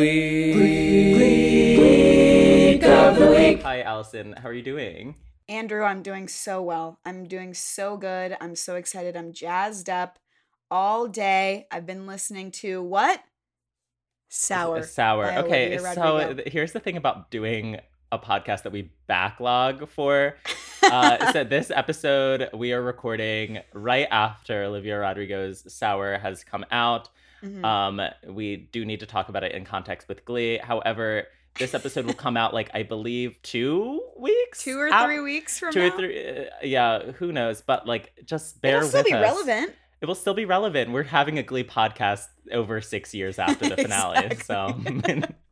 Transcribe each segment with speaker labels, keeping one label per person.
Speaker 1: Gleek, Gleek, Gleek of the week.
Speaker 2: Hi, Allison. How are you doing?
Speaker 3: Andrew, I'm doing so well. I'm doing so good. I'm so excited. I'm jazzed up all day. I've been listening to what? Sour.
Speaker 2: Sour.
Speaker 3: by
Speaker 2: okay,
Speaker 3: Olivia
Speaker 2: so
Speaker 3: Rodrigo.
Speaker 2: th- here's the thing about doing a podcast that we backlog for. Uh, so this episode we are recording right after Olivia Rodrigo's Sour has come out.
Speaker 1: Mm-hmm.
Speaker 3: Mhm.
Speaker 2: Um, we do need to talk about it in context with Glee. However, this episode will come out like I believe two weeks,
Speaker 3: two or
Speaker 2: out-
Speaker 3: three weeks from
Speaker 2: two or
Speaker 3: now?
Speaker 2: three. uh, yeah, who knows? But like, just bear
Speaker 3: It'll still
Speaker 2: with
Speaker 3: be
Speaker 2: us.
Speaker 3: relevant.
Speaker 2: It will still be relevant. We're having a Glee podcast over six years after the finale. So,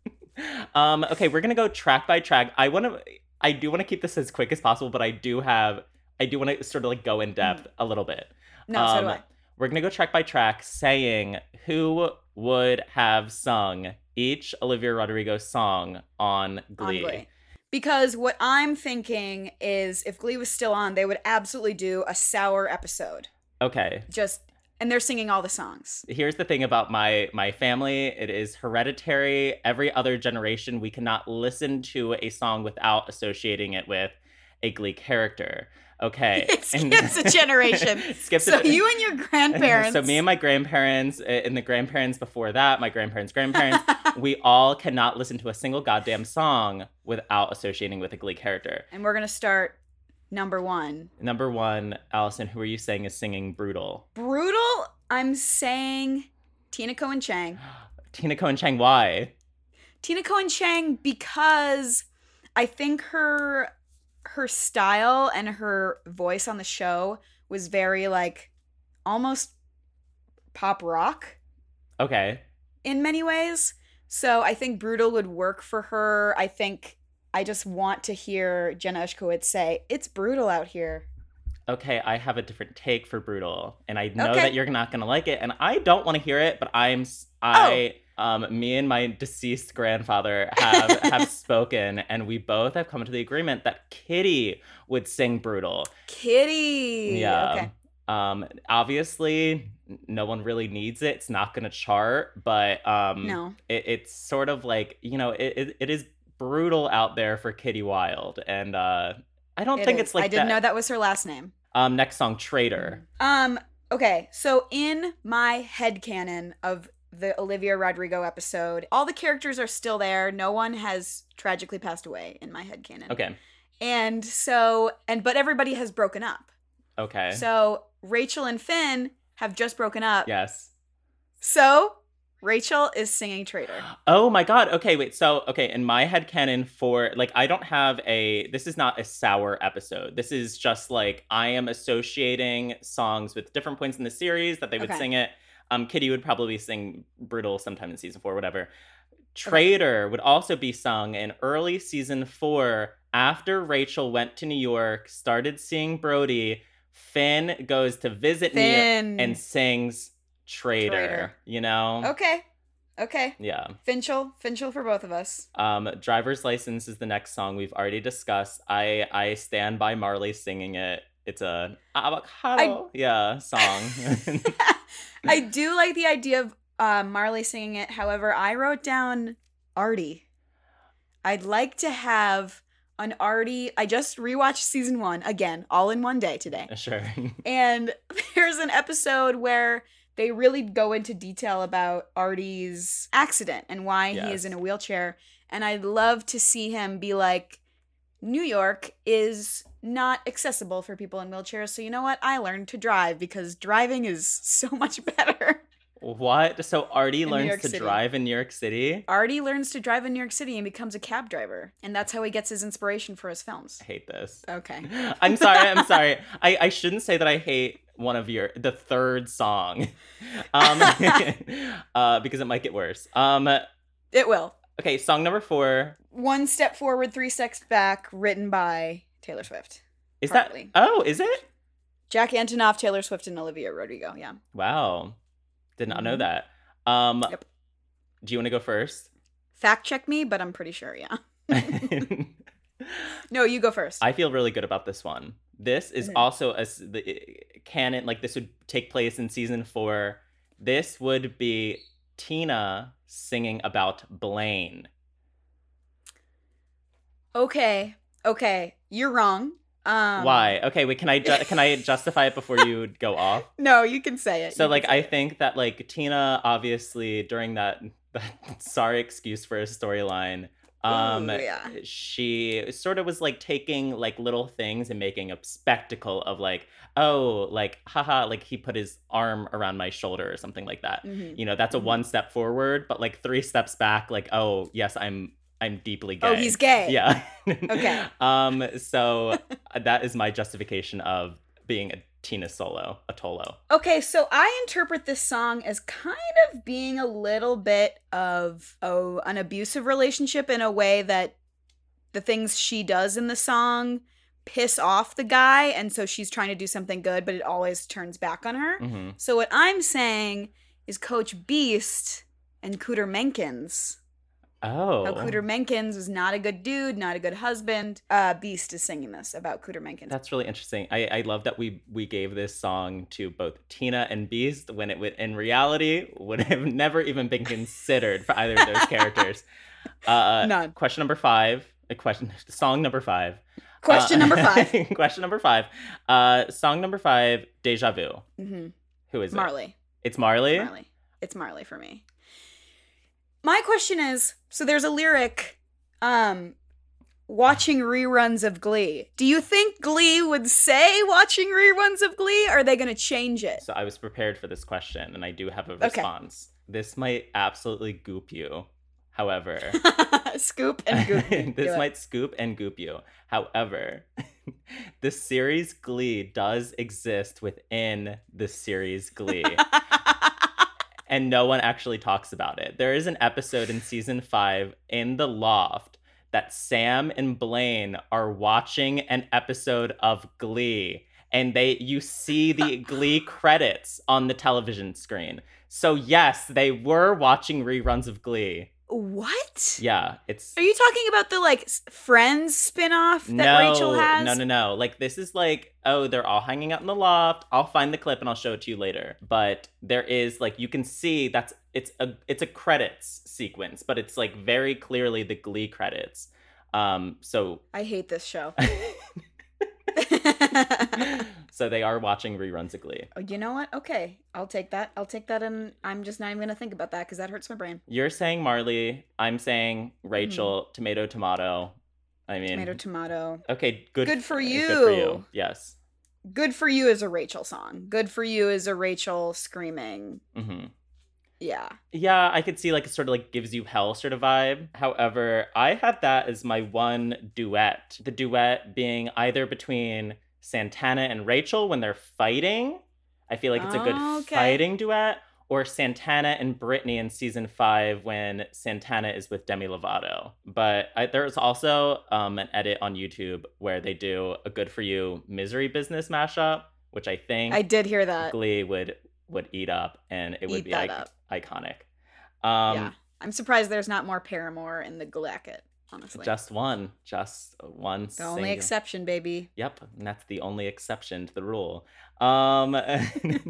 Speaker 2: um, okay, we're gonna go track by track. I want to, I do want to keep this as quick as possible, but I do have, I do want to sort of like go in depth a little bit.
Speaker 3: Mm-hmm. No, so do
Speaker 2: Um,
Speaker 3: I.
Speaker 2: We're gonna go track by track, saying who would have sung each Olivia Rodrigo song on
Speaker 3: on
Speaker 2: Glee.
Speaker 3: Glee. Because what I'm thinking is if Glee was still on, they would absolutely do a sour episode.
Speaker 2: Okay,
Speaker 3: Just and they're singing all the songs.
Speaker 2: here's the thing about my my family it is hereditary every other generation we cannot listen to a song without associating it with a glee character okay
Speaker 3: It skips a generation.
Speaker 2: skips
Speaker 3: So
Speaker 2: a,
Speaker 3: you and your grandparents.
Speaker 2: so me and my grandparents uh, and the grandparents before that my grandparents grandparents we all cannot listen to a single goddamn song without associating with a glee character
Speaker 3: and we're gonna start number one.
Speaker 2: number one allison who are you saying is singing brutal
Speaker 3: Brutal. I'm saying Tina Cohen Chang.
Speaker 2: tina Ko and chang why
Speaker 3: Tina Cohen Chang because I think her her style and her voice on the show was very like almost pop rock
Speaker 2: okay
Speaker 3: in many ways. So I think brutal would work for her. I think I just want to hear Jenna Ushkowitz say, "It's brutal out here."
Speaker 2: okay, I have a different take for brutal, and I know
Speaker 3: Okay.
Speaker 2: that you're not gonna like it, and I don't want to hear it, but I'm s-
Speaker 3: Oh.
Speaker 2: I. Um, me and my deceased grandfather have have spoken, and we both have come to the agreement that Kitty would sing brutal.
Speaker 3: Kitty.
Speaker 2: Yeah.
Speaker 3: Okay.
Speaker 2: Um, obviously, n- no one really needs it. It's not gonna chart, but um,
Speaker 3: No.
Speaker 2: it, it's sort of like you know, it, it, it is brutal out there for Kitty Wild, and uh, I don't
Speaker 3: it
Speaker 2: think
Speaker 3: is.
Speaker 2: it's like
Speaker 3: I didn't
Speaker 2: that.
Speaker 3: know that was her last name.
Speaker 2: Um, next song, Traitor.
Speaker 3: Um, okay, so in my head canon of the Olivia Rodrigo episode, all the characters are still there. No one has tragically passed away in my head canon.
Speaker 2: Okay.
Speaker 3: And so and but everybody has broken up.
Speaker 2: Okay.
Speaker 3: So Rachel and Finn have just broken up.
Speaker 2: Yes.
Speaker 3: So Rachel is singing Traitor.
Speaker 2: Oh my god. Okay, wait. So, okay, in my head canon for like I don't have a this is not a sour episode. This is just like I am associating songs with different points in the series that they would
Speaker 3: Okay.
Speaker 2: sing it. Um Kitty would probably sing Brutal sometime in season 4 whatever. Traitor would also be sung in early season 4 after Rachel went to New York, started seeing Brody, Finn goes to visit me
Speaker 3: Finn.
Speaker 2: and sings Traitor,
Speaker 3: Traitor.
Speaker 2: you know?
Speaker 3: okay. Okay.
Speaker 2: Um, Yeah.
Speaker 3: Finchel, Finchel for both of us.
Speaker 2: Um, driver's license is the next song we've already discussed. I I stand by Marley singing it. It's a avocado, yeah, song.
Speaker 3: I do like the idea of uh, Marley singing it. However, I wrote down Artie. I'd like to have an Artie. I just rewatched season one again, all in one day today.
Speaker 2: sure.
Speaker 3: And there's an episode where they really go into detail about Artie's accident and why he
Speaker 2: Yes.
Speaker 3: is in a wheelchair. And I'd love to see him be like, New York is not accessible for people in wheelchairs. So you know what? I learned to drive because driving is so much better.
Speaker 2: What? So Artie
Speaker 3: New
Speaker 2: learns
Speaker 3: York
Speaker 2: to
Speaker 3: City.
Speaker 2: drive in New York City.
Speaker 3: Artie learns to drive in New York City and becomes a cab driver. And that's how he gets his inspiration for his films.
Speaker 2: I hate this.
Speaker 3: Okay.
Speaker 2: I'm sorry. I'm sorry. I, I shouldn't say that I hate one of your the third song, um, uh, because it might get worse. Um,
Speaker 3: It will.
Speaker 2: okay, song number four
Speaker 3: One step forward, three steps back, written by Taylor Swift.
Speaker 2: is
Speaker 3: Partly.
Speaker 2: that. Oh, is it?
Speaker 3: Jack Antonoff, Taylor Swift, and Olivia Rodrigo. Yeah.
Speaker 2: Wow. Did not know
Speaker 3: Mhm.
Speaker 2: that. Um
Speaker 3: Yep.
Speaker 2: Do you want to go first?
Speaker 3: Fact check me, but I'm pretty sure. Yeah. No, you go first.
Speaker 2: I feel really good about this one. This is
Speaker 3: Mhm.
Speaker 2: also a s- the canon like this would take place in season 4. This would be Tina singing about Blaine.
Speaker 3: Okay. Okay. You're wrong. Um,
Speaker 2: Why? Okay, wait. Can I ju- can I justify it before you go off?
Speaker 3: No, you can say it.
Speaker 2: So
Speaker 3: You can
Speaker 2: like
Speaker 3: say
Speaker 2: I
Speaker 3: it.
Speaker 2: think that like Tina obviously during that that sorry excuse for a storyline um
Speaker 3: Ooh, yeah.
Speaker 2: she sort of was like taking like little things and making a spectacle of like oh like haha like he put his arm around my shoulder or something like that.
Speaker 3: Mhm.
Speaker 2: You know, that's a
Speaker 3: Mhm.
Speaker 2: one step forward but like three steps back like oh yes I'm I'm deeply gay.
Speaker 3: Oh, he's gay.
Speaker 2: Yeah.
Speaker 3: Okay.
Speaker 2: um so that is my justification of being a Tina solo, a tolo.
Speaker 3: Okay, so I interpret this song as kind of being a little bit of oh, an abusive relationship in a way that the things she does in the song piss off the guy, and so she's trying to do something good, but it always turns back on her.
Speaker 2: Mhm.
Speaker 3: So what I'm saying is Coach Beast and Cooter Menkins.
Speaker 2: Oh.
Speaker 3: How Cooter Menkins was not a good dude, not a good husband. Uh, Beast is singing this about Cooter Menkins.
Speaker 2: That's really interesting. I, I love that we we gave this song to both Tina and Beast when it would in reality would have never even been considered for either of those characters. Uh,
Speaker 3: None.
Speaker 2: Question number five. uh, Question song number five.
Speaker 3: Question
Speaker 2: Uh,
Speaker 3: number 5
Speaker 2: question number five. Uh, song number five. Deja vu.
Speaker 3: Mhm.
Speaker 2: Who is it?
Speaker 3: Marley.
Speaker 2: It's Marley.
Speaker 3: Marley. It's Marley for me. My question is so there's a lyric um watching reruns of glee. Do you think glee would say watching reruns of glee or are they going to change it?
Speaker 2: So I was prepared for this question, and I do have a
Speaker 3: Okay.
Speaker 2: response. This might absolutely goop you. However.
Speaker 3: Scoop and goop. Do
Speaker 2: this
Speaker 3: it.
Speaker 2: might scoop and goop you. However, the series Glee does exist within the series Glee, and no one actually talks about it. There is an episode in season five in the loft that Sam and Blaine are watching an episode of Glee. And they, you see the Glee credits on the television screen. So yes, they were watching reruns of Glee.
Speaker 3: what?
Speaker 2: Yeah, it's
Speaker 3: Are you talking about the like s- Friends spin-off that Rachel has?
Speaker 2: No, no, no. Like this is like, oh, they're all hanging out in the loft. I'll find the clip and I'll show it to you later. But there is like you can see that's it's a it's a credits sequence, but it's like very clearly the glee credits. Um so
Speaker 3: I hate this show.
Speaker 2: so they are watching reruns of glee.
Speaker 3: Oh, you know what? Okay, I'll take that. I'll take that, and I'm just not even gonna think about that because that hurts my brain.
Speaker 2: You're saying Marley, I'm saying Rachel, tomato tomato. I mean
Speaker 3: Mm-hmm. Tomato, tomato.
Speaker 2: Okay, good
Speaker 3: Good
Speaker 2: Good for
Speaker 3: for
Speaker 2: you.
Speaker 3: you.
Speaker 2: Yes.
Speaker 3: Good for you is a Rachel song. Good for you is a Rachel screaming.
Speaker 2: Mhm.
Speaker 3: Yeah.
Speaker 2: Yeah, I could see like it sort of like gives you hell sort of vibe. However, I had that as my one duet. The duet being either between Santana and Rachel when they're fighting. I feel like it's a good
Speaker 3: Oh, Okay.
Speaker 2: fighting duet, or Santana and Brittany in season five when Santana is with Demi Lovato. But I, there's also um, an edit on YouTube where they do a good for you misery business mashup, which I think
Speaker 3: I did hear that.
Speaker 2: Glee would would eat up, and it would
Speaker 3: Eat
Speaker 2: be
Speaker 3: that
Speaker 2: like
Speaker 3: up.
Speaker 2: iconic. Um,
Speaker 3: yeah. I'm surprised there's not more Paramore in the Glacket, honestly.
Speaker 2: Just one, just one.
Speaker 3: the only
Speaker 2: single-
Speaker 3: exception, baby.
Speaker 2: Yep, and that's the only exception to the rule. Um,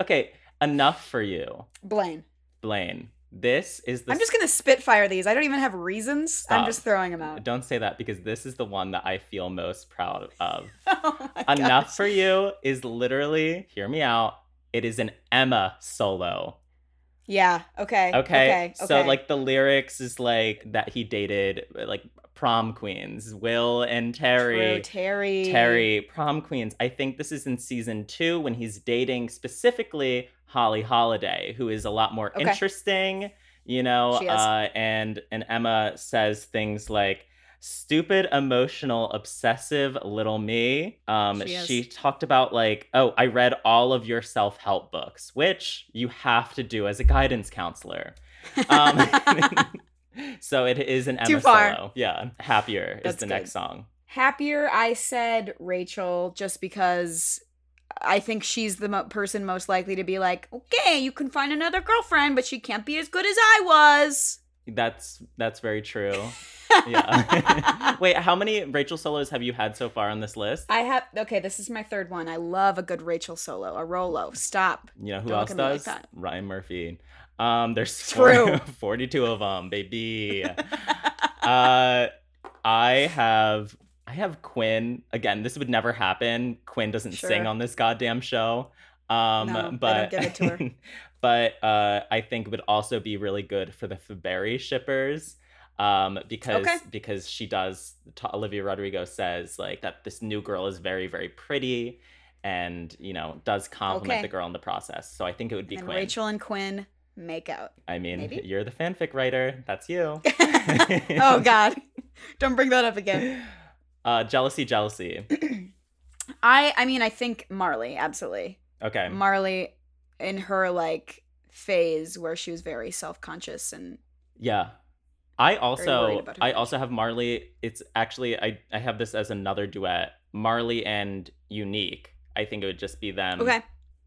Speaker 2: okay, enough for you,
Speaker 3: Blaine.
Speaker 2: Blaine. This is the.
Speaker 3: I'm just gonna spitfire these. I don't even have reasons. I'm
Speaker 2: Stop.
Speaker 3: just throwing them out.
Speaker 2: Don't say that because this is the one that I feel most proud of.
Speaker 3: Oh my gosh.
Speaker 2: enough for you is literally. Hear me out. It is an Emma solo.
Speaker 3: Yeah. Okay.
Speaker 2: Okay. So
Speaker 3: okay.
Speaker 2: like the lyrics is like that he dated like prom queens, Will and Terry.
Speaker 3: True, Terry.
Speaker 2: Terry, prom queens. I think this is in season two when he's dating specifically Holly Holiday, who is a lot more
Speaker 3: Okay.
Speaker 2: interesting, you know.
Speaker 3: She is.
Speaker 2: Uh, and and Emma says things like stupid emotional obsessive little me um
Speaker 3: She is.
Speaker 2: she talked about like oh i read all of your self-help books which you have to do as a guidance counselor um so it is an emma
Speaker 3: Too far.
Speaker 2: solo yeah happier is
Speaker 3: That's
Speaker 2: the
Speaker 3: good.
Speaker 2: next song
Speaker 3: happier i said rachel just because i think she's the mo- person most likely to be like okay you can find another girlfriend but she can't be as good as i was
Speaker 2: That's that's very true. Yeah. Wait, how many Rachel solos have you had so far on this list?
Speaker 3: i have okay this is my third one i love a good rachel solo a rolo stop
Speaker 2: You know who else
Speaker 3: Don't look at me like
Speaker 2: does?
Speaker 3: that.
Speaker 2: Ryan Murphy. Um, there's
Speaker 3: True.
Speaker 2: 42 of them, baby. uh, I have I have Quinn again. This would never happen. Quinn doesn't sing
Speaker 3: Sure.
Speaker 2: on this goddamn show. Um,
Speaker 3: No, I don't
Speaker 2: but
Speaker 3: give it to her.
Speaker 2: but uh, I think would also be really good for the Faberi shippers. Um, because
Speaker 3: Okay.
Speaker 2: because she does ta- Olivia Rodrigo says like that this new girl is very very pretty, and you know does compliment
Speaker 3: Okay.
Speaker 2: the girl in the process. So I think it would be
Speaker 3: and
Speaker 2: Quinn.
Speaker 3: Rachel and Quinn make out.
Speaker 2: I mean,
Speaker 3: maybe?
Speaker 2: you're the fanfic writer. That's you.
Speaker 3: oh God, don't bring that up again.
Speaker 2: Uh, jealousy, jealousy.
Speaker 3: I I mean I think Marley absolutely
Speaker 2: Okay.
Speaker 3: Marley in her like phase where she was very self conscious and
Speaker 2: Yeah. I
Speaker 3: worried
Speaker 2: also
Speaker 3: about her
Speaker 2: I also have Marley. It's actually I, I have this as another duet. Marley and Unique. I think it would just be them.
Speaker 3: okay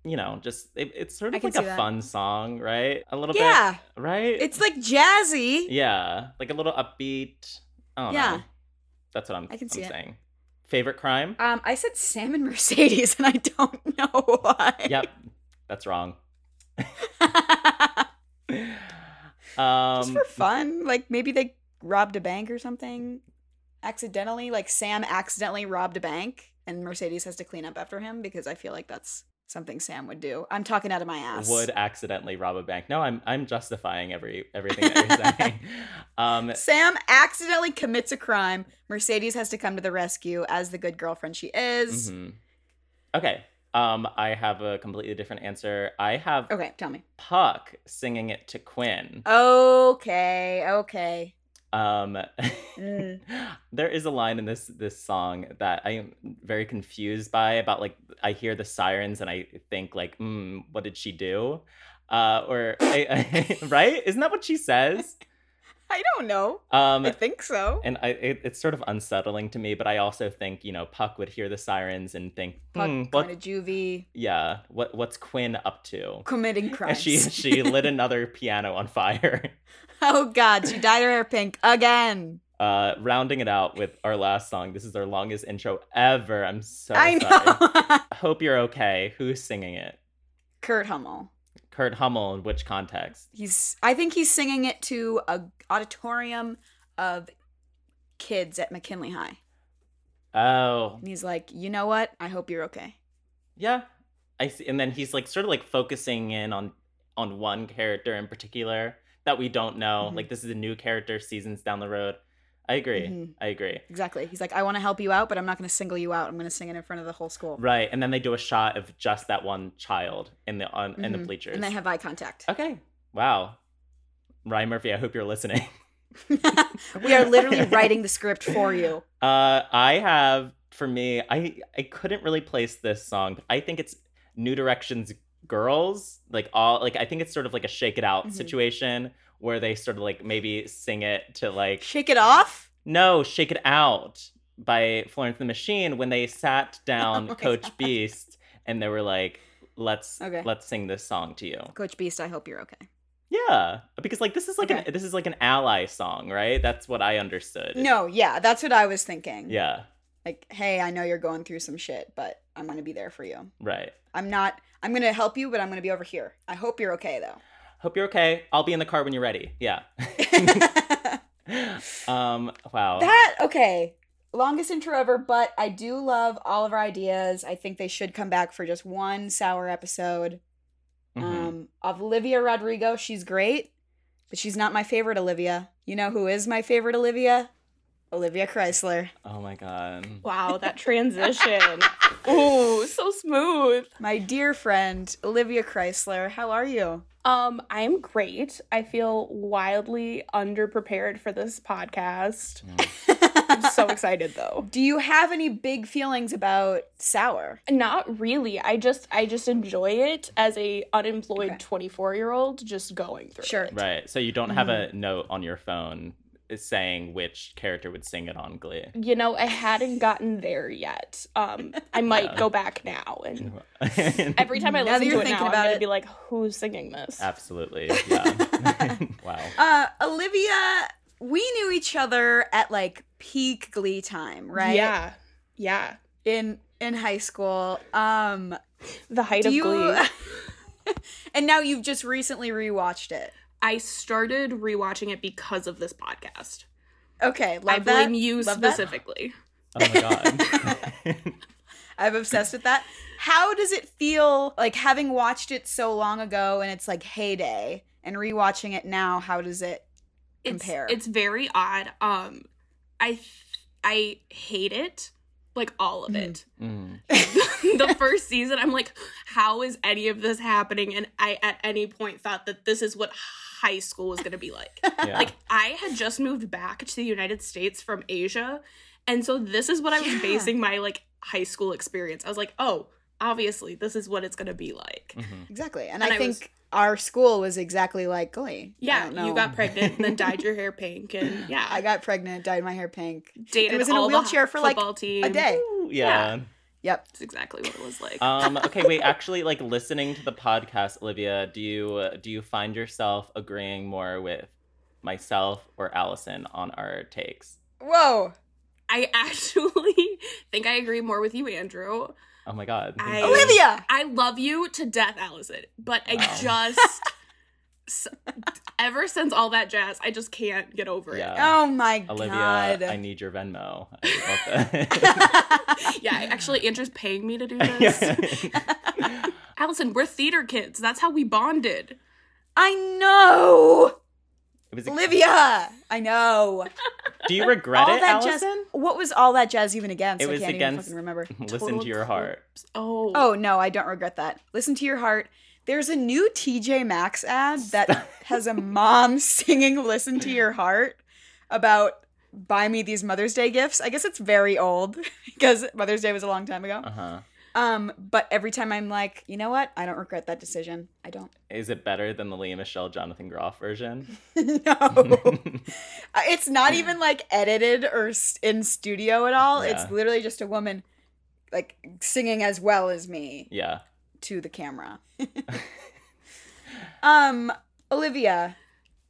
Speaker 2: You know, just it, it's sort
Speaker 3: I
Speaker 2: of
Speaker 3: can
Speaker 2: like a
Speaker 3: see that.
Speaker 2: fun song, right? A little
Speaker 3: yeah
Speaker 2: bit, right?
Speaker 3: it's like jazzy
Speaker 2: yeah, like a little upbeat. I don't
Speaker 3: Yeah.
Speaker 2: know. That's what I'm.
Speaker 3: I can
Speaker 2: I'm
Speaker 3: see it.
Speaker 2: saying. Favorite crime?
Speaker 3: um I said Sam and Mercedes and I don't know why
Speaker 2: yep, that's wrong.
Speaker 3: just
Speaker 2: Um,
Speaker 3: for fun like maybe they robbed a bank or something accidentally like Sam accidentally robbed a bank and Mercedes has to clean up after him because I feel like that's something Sam would do I'm talking out of my ass
Speaker 2: would accidentally rob a bank. No, I'm I'm justifying every everything that you're saying. Um,
Speaker 3: Sam accidentally commits a crime. Mercedes has to come to the rescue as the good girlfriend she is.
Speaker 2: mhm. Okay. Um, I have a completely different answer. I have
Speaker 3: Okay, tell me.
Speaker 2: Puck singing it to Quinn.
Speaker 3: Okay, okay.
Speaker 2: Um,
Speaker 3: Mm.
Speaker 2: there is a line in this this song that I am very confused by about like I hear the sirens and I think like, mm, what did she do? Uh, or I, I- right? Isn't that what she says?
Speaker 3: I don't know.
Speaker 2: Um,
Speaker 3: I think so.
Speaker 2: and I, it, it's sort of unsettling to me but i also think you know puck would hear the sirens and think
Speaker 3: Puck
Speaker 2: hmm,
Speaker 3: going
Speaker 2: what
Speaker 3: to juvie,
Speaker 2: yeah what what's quinn up to
Speaker 3: committing
Speaker 2: and
Speaker 3: crimes.
Speaker 2: she she lit another piano on fire
Speaker 3: oh God, she dyed her hair pink again.
Speaker 2: uh rounding it out with our last song this is our longest intro ever i'm so
Speaker 3: I
Speaker 2: sorry
Speaker 3: know.
Speaker 2: hope you're okay who's singing it
Speaker 3: Kurt Hummel.
Speaker 2: kurt hummel in which context
Speaker 3: He's. I think he's singing it to a auditorium of kids at McKinley High,
Speaker 2: oh
Speaker 3: and he's like, "You know what? I hope you're okay."
Speaker 2: yeah i see and then he's like sort of like focusing in on on one character in particular that we don't know
Speaker 3: Mhm.
Speaker 2: like this is a new character seasons down the road i agree
Speaker 3: Mhm.
Speaker 2: i agree
Speaker 3: Exactly. He's like, I want to help you out, but I'm not going to single you out. I'm going to sing it in front of the whole school.
Speaker 2: right and then they do a shot of just that one child in the on in the
Speaker 3: Mhm.
Speaker 2: bleachers
Speaker 3: And they have eye contact.
Speaker 2: okay wow ryan murphy i hope you're listening
Speaker 3: we are literally writing the script for you.
Speaker 2: Uh, I have for me, I I couldn't really place this song, but I think it's New Direction's "Girls." Like all, like I think it's sort of like a "Shake It Out"
Speaker 3: Mhm.
Speaker 2: situation where they sort of like maybe sing it to like
Speaker 3: Shake it off.
Speaker 2: no, "Shake It Out" by Florence and the Machine when they sat down
Speaker 3: Oh my
Speaker 2: Coach
Speaker 3: God.
Speaker 2: Beast and they were like, "Let's
Speaker 3: Okay.
Speaker 2: let's sing this song to you."
Speaker 3: Coach Beast, I hope you're okay.
Speaker 2: Yeah, because like this is like
Speaker 3: Okay.
Speaker 2: an this is like an ally song, right? That's what I understood.
Speaker 3: No, yeah, that's what I was thinking.
Speaker 2: Yeah.
Speaker 3: Like, hey, I know you're going through some shit, but I'm going to be there for you.
Speaker 2: Right.
Speaker 3: I'm not, I'm going to help you, but I'm going to be over here. I hope you're okay, though.
Speaker 2: Hope you're okay. I'll be in the car when you're ready. Yeah. um. Wow.
Speaker 3: that, okay. Longest intro ever, but I do love all of our ideas. I think they should come back for just one sour episode.
Speaker 2: Mhm.
Speaker 4: Mm-hmm.
Speaker 3: Um, Olivia Rodrigo, she's great, but she's not my favorite Olivia. You know who is my favorite Olivia? Olivia Chrysler.
Speaker 2: oh my god.
Speaker 1: Wow, that transition. Ooh, so smooth.
Speaker 3: My dear friend, Olivia Chrysler, how are you?
Speaker 1: Um, I'm great. I feel wildly underprepared for this podcast. I'm so excited though.
Speaker 3: Mm. Do you have any big feelings about Sour?
Speaker 1: Not really. I just I just enjoy it as a
Speaker 3: Okay.
Speaker 1: unemployed 24-year-old just going through.
Speaker 3: Sure.
Speaker 1: it.
Speaker 2: Right. So you don't have a note on your phone uh, saying which character would sing it on Glee.
Speaker 1: You know, I hadn't gotten there yet. Um, I might go back now and every time I
Speaker 3: Now that
Speaker 1: listen
Speaker 3: you're
Speaker 1: to it
Speaker 3: thinking
Speaker 1: now, I'm
Speaker 3: about
Speaker 1: gonna
Speaker 3: it-
Speaker 1: be like, who's singing this?
Speaker 2: Absolutely. Yeah. wow.
Speaker 3: Uh, Olivia, we knew each other at like peak Glee time, right?
Speaker 1: Yeah. Yeah.
Speaker 3: In in high school. Um,
Speaker 1: The height
Speaker 3: do
Speaker 1: of
Speaker 3: you
Speaker 1: glee.
Speaker 3: and now you've just recently rewatched it.
Speaker 1: I started rewatching it because of this podcast.
Speaker 3: Okay, love
Speaker 1: I blame
Speaker 3: that.
Speaker 1: you
Speaker 3: Love that.
Speaker 1: specifically.
Speaker 2: Oh my god.
Speaker 3: I'm obsessed with that. How does it feel like having watched it so long ago and it's like heyday and rewatching it now? How does it?
Speaker 1: It's,
Speaker 3: Compare.
Speaker 1: It's very odd. Um, I th- I hate it, like all of it.
Speaker 2: Mm.
Speaker 1: the first season, I'm like, how is any of this happening? And I at any point thought that this is what high school was going to be like.
Speaker 2: Yeah.
Speaker 1: Like I had just moved back to the United States from Asia, and so this is what I was
Speaker 3: Yeah.
Speaker 1: basing my like high school experience. I was like, oh, obviously this is what it's going to be like.
Speaker 2: Mhm.
Speaker 3: Exactly. And,
Speaker 1: And
Speaker 3: I,
Speaker 1: I
Speaker 3: think
Speaker 1: was-
Speaker 3: our school was exactly like Glee. I
Speaker 1: Yeah,
Speaker 3: don't know.
Speaker 1: you got pregnant and then dyed your hair pink, and yeah,
Speaker 3: I got pregnant, dyed my hair pink.
Speaker 1: dated
Speaker 3: and was in a
Speaker 1: all the
Speaker 3: wheelchair for, like,
Speaker 1: football team.
Speaker 3: A day.
Speaker 2: Ooh, yeah.
Speaker 3: Yep.
Speaker 1: That's exactly what it was like.
Speaker 2: Um, okay, wait. Actually, like listening to the podcast, Olivia, do you do you find yourself agreeing more with myself or Allison on our takes?
Speaker 3: Whoa.
Speaker 1: I actually think I agree more with you, Andrew.
Speaker 2: Oh my god.
Speaker 1: I-
Speaker 2: Thank you.
Speaker 3: Olivia.
Speaker 1: I love you to death, Allison, but I
Speaker 2: Wow.
Speaker 1: just s- ever since all that jazz, I just can't get over it.
Speaker 2: Yeah.
Speaker 3: Oh my
Speaker 2: Olivia,
Speaker 3: god.
Speaker 2: I need your Venmo. I would love that.
Speaker 1: Yeah, I- actually, Andrew's paying me to do this.
Speaker 2: Yeah.
Speaker 1: Allison, we're theater kids. That's how we bonded.
Speaker 3: I know.
Speaker 2: It was a-
Speaker 3: Olivia. I know.
Speaker 2: Do you regret
Speaker 3: all
Speaker 2: it,
Speaker 3: that
Speaker 2: Allison?
Speaker 3: jazz. What was all that jazz even against?
Speaker 2: It was
Speaker 3: I can't even
Speaker 2: against-
Speaker 3: fucking remember.
Speaker 2: Listen
Speaker 1: Total
Speaker 2: to your heart.
Speaker 1: Oh,
Speaker 3: Oh no, I don't regret that. Listen to your heart. There's a new TJ Maxx ad that has a mom singing "Listen to Your Heart" about buy me these Mother's Day gifts. I guess it's very old because Mother's Day was a long time ago.
Speaker 2: Uh huh.
Speaker 3: Um, but every time I'm like, you know what? I don't regret that decision. I don't.
Speaker 2: Is it better than the Leah Michelle Jonathan Groff version?
Speaker 3: no, Uh, it's not even like edited or s- in studio at all.
Speaker 2: Yeah.
Speaker 3: It's literally just a woman like singing as well as me.
Speaker 2: yeah.
Speaker 3: to the camera. um, Olivia,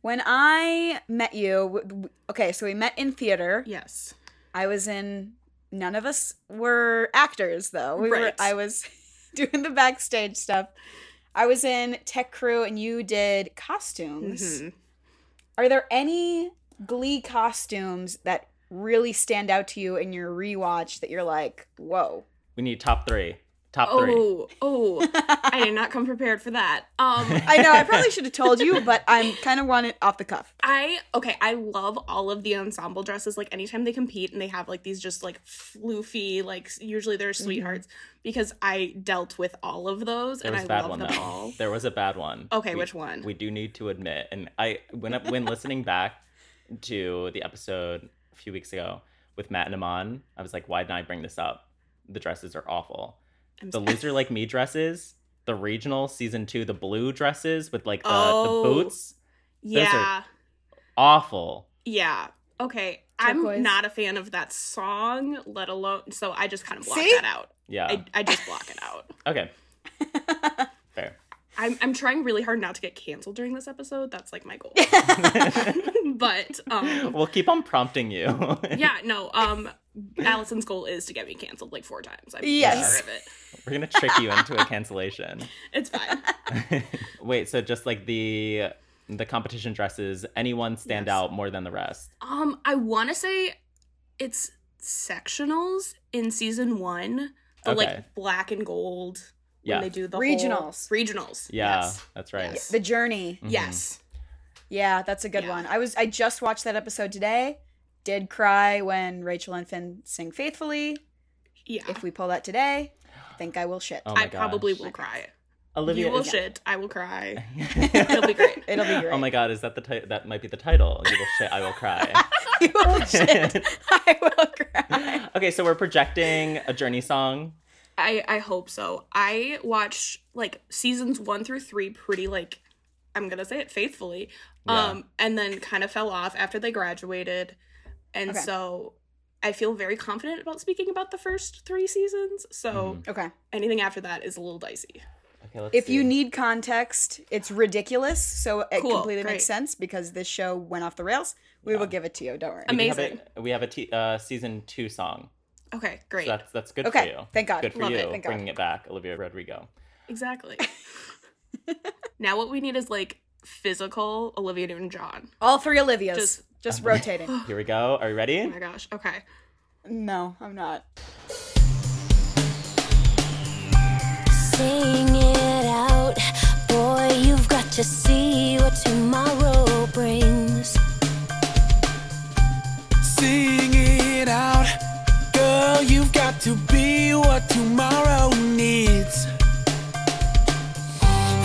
Speaker 3: when I met you, w- w- okay, so we met in theater.
Speaker 1: yes.
Speaker 3: I was in. None of us were actors, though. We were.
Speaker 1: Right.
Speaker 3: I was doing the backstage stuff. I was in tech crew, and you did costumes.
Speaker 1: Mhm.
Speaker 3: Are there any Glee costumes that really stand out to you in your rewatch that you're like, whoa?
Speaker 2: We need top three. Top three.
Speaker 1: Oh, oh, I did not come prepared for that. Um,
Speaker 3: I know I probably should have told you, but I'm kind of want it off the cuff.
Speaker 1: I okay, I love all of the ensemble dresses. Like anytime they compete and they have like these just like floofy, like usually they're
Speaker 3: Mm-hmm.
Speaker 1: sweethearts because I dealt with all of those
Speaker 2: There
Speaker 1: and
Speaker 2: was
Speaker 1: I
Speaker 2: a bad
Speaker 1: love
Speaker 2: one
Speaker 1: them
Speaker 2: though.
Speaker 1: all.
Speaker 2: There was a bad one.
Speaker 1: Okay,
Speaker 2: We-
Speaker 1: which one?
Speaker 2: We do need to admit, and I when I- when listening back to the episode a few weeks ago with Matt and Amon, I was like, why didn't I bring this up? The dresses are awful.
Speaker 1: I'm
Speaker 2: The
Speaker 1: sorry.
Speaker 2: loser like me dresses, the regional season two, the blue dresses with like the,
Speaker 1: Oh.
Speaker 2: the boots, are-
Speaker 1: yeah.
Speaker 2: awful.
Speaker 1: Yeah. Okay.
Speaker 3: Turquoise.
Speaker 1: I'm not a fan of that song, let alone so I just kind of block
Speaker 3: See?
Speaker 1: that out.
Speaker 2: Yeah.
Speaker 1: I, I just block it out.
Speaker 2: Okay. Fair.
Speaker 1: I'm I'm trying really hard not to get canceled during this episode. That's like my goal. but um
Speaker 2: We'll keep on prompting you.
Speaker 1: yeah, no. Um, Allison's goal is to get me canceled like four times. I'm
Speaker 3: Yes.
Speaker 1: sure of it.
Speaker 2: We're gonna trick you into a cancellation.
Speaker 1: It's fine.
Speaker 2: Wait, so just like the the competition dresses, anyone stand
Speaker 1: Yes.
Speaker 2: out more than the rest?
Speaker 1: Um, I want to say it's sectionals in season one. The
Speaker 2: Okay.
Speaker 1: like black and gold when
Speaker 2: Yeah.
Speaker 1: they do the
Speaker 3: Regionals.
Speaker 1: Whole, regionals.
Speaker 2: Yeah,
Speaker 1: Yes.
Speaker 2: that's right.
Speaker 1: Yes.
Speaker 3: The Journey.
Speaker 2: Mhm.
Speaker 1: Yes.
Speaker 3: Yeah, that's a good
Speaker 1: Yeah.
Speaker 3: one. I was I just watched that episode today. Did cry when Rachel and Finn sing faithfully.
Speaker 1: Yeah.
Speaker 3: If we pull that today, I think I will shit.
Speaker 2: Oh my
Speaker 1: I probably
Speaker 2: gosh.
Speaker 1: will cry.
Speaker 2: Olivia
Speaker 1: you will
Speaker 2: is-
Speaker 1: shit. I will cry. It'll be great.
Speaker 3: It'll be great.
Speaker 2: Oh my god, is that the ti- that might be the title? You will shit, I will cry.
Speaker 3: I will shit. I will cry.
Speaker 2: okay, so we're projecting a journey song.
Speaker 1: I I hope so. I watched like seasons one through three pretty like I'm gonna say it faithfully.
Speaker 2: Yeah.
Speaker 1: Um and then kind of fell off after they graduated. And
Speaker 3: Okay.
Speaker 1: so I feel very confident about speaking about the first three seasons. So
Speaker 2: Mm-hmm.
Speaker 3: Okay.
Speaker 1: anything after that is a little dicey.
Speaker 2: Okay, let's
Speaker 3: If you
Speaker 2: see.
Speaker 3: need context, it's ridiculous, so it
Speaker 1: Cool,
Speaker 3: completely
Speaker 1: great.
Speaker 3: makes sense because this show went off the rails. We will give it to you. Don't worry.
Speaker 1: Amazing.
Speaker 2: We have a, we have a t- uh, season two song.
Speaker 1: Okay, great.
Speaker 2: So that's that's good
Speaker 3: Okay,
Speaker 2: for you.
Speaker 3: thank God.
Speaker 2: Good for
Speaker 1: Love
Speaker 2: you.
Speaker 1: it,
Speaker 3: thank God.
Speaker 2: bringing it back, Olivia Rodrigo.
Speaker 1: exactly. Now what we need is like physical Olivia Newton John.
Speaker 3: All three Olivias. Just,
Speaker 1: Just-
Speaker 3: rotating.
Speaker 2: Here we go. Are you
Speaker 1: Oh
Speaker 2: ready?
Speaker 1: my gosh. Okay.
Speaker 3: no, I'm not.
Speaker 5: Sing it out, boy. You've got to see what tomorrow brings.
Speaker 4: Sing it out. Girl, you've got to be what tomorrow needs.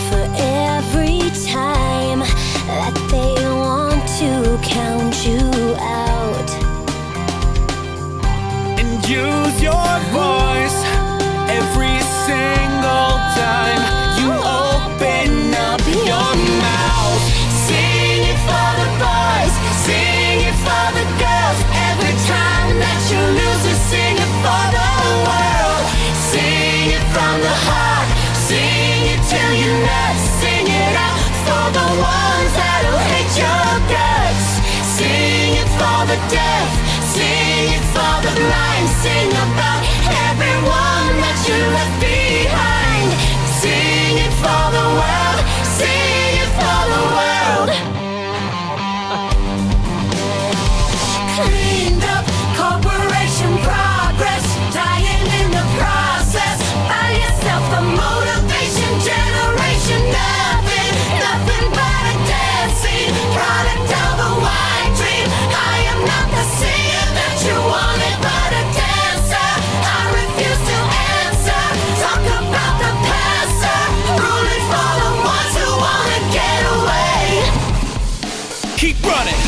Speaker 5: For every time that they want to count you out.
Speaker 4: And use your voice every single time you open up your mouth. Sing it for the boys, sing it for the girls. Every time that you lose it, sing it for the world. Sing it from the heart, sing it till you're nuts. Sing it out for the ones that'll hate your guts. Sing it for the deaf, sing it for the blind. Sing about everyone that you left behind. Sing it for the world, sing it for the world. Cleaned up corporation progress, dying in the process. Buy yourself a motivation generation. Nothing, nothing but a dancing product of a wide dream. I am not the singer that you wanted, but a dancer. I refuse to answer. Talk about the past, sir. ruling for the ones who wanna get away.
Speaker 6: Keep running.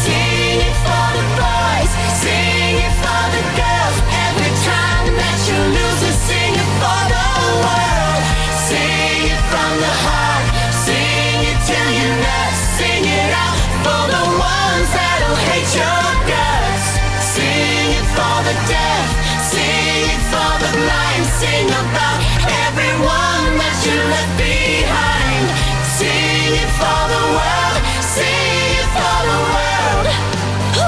Speaker 4: Sing it for the boys, sing it for the girls. Every time that you lose it, sing it for the world. Sing it from the heart, sing it till you're nuts. Sing it out for the ones that'll hate your guts. Sing it for the deaf, sing it for the blind. Sing about everyone that you left behind. Sing it for the world, sing it for the world.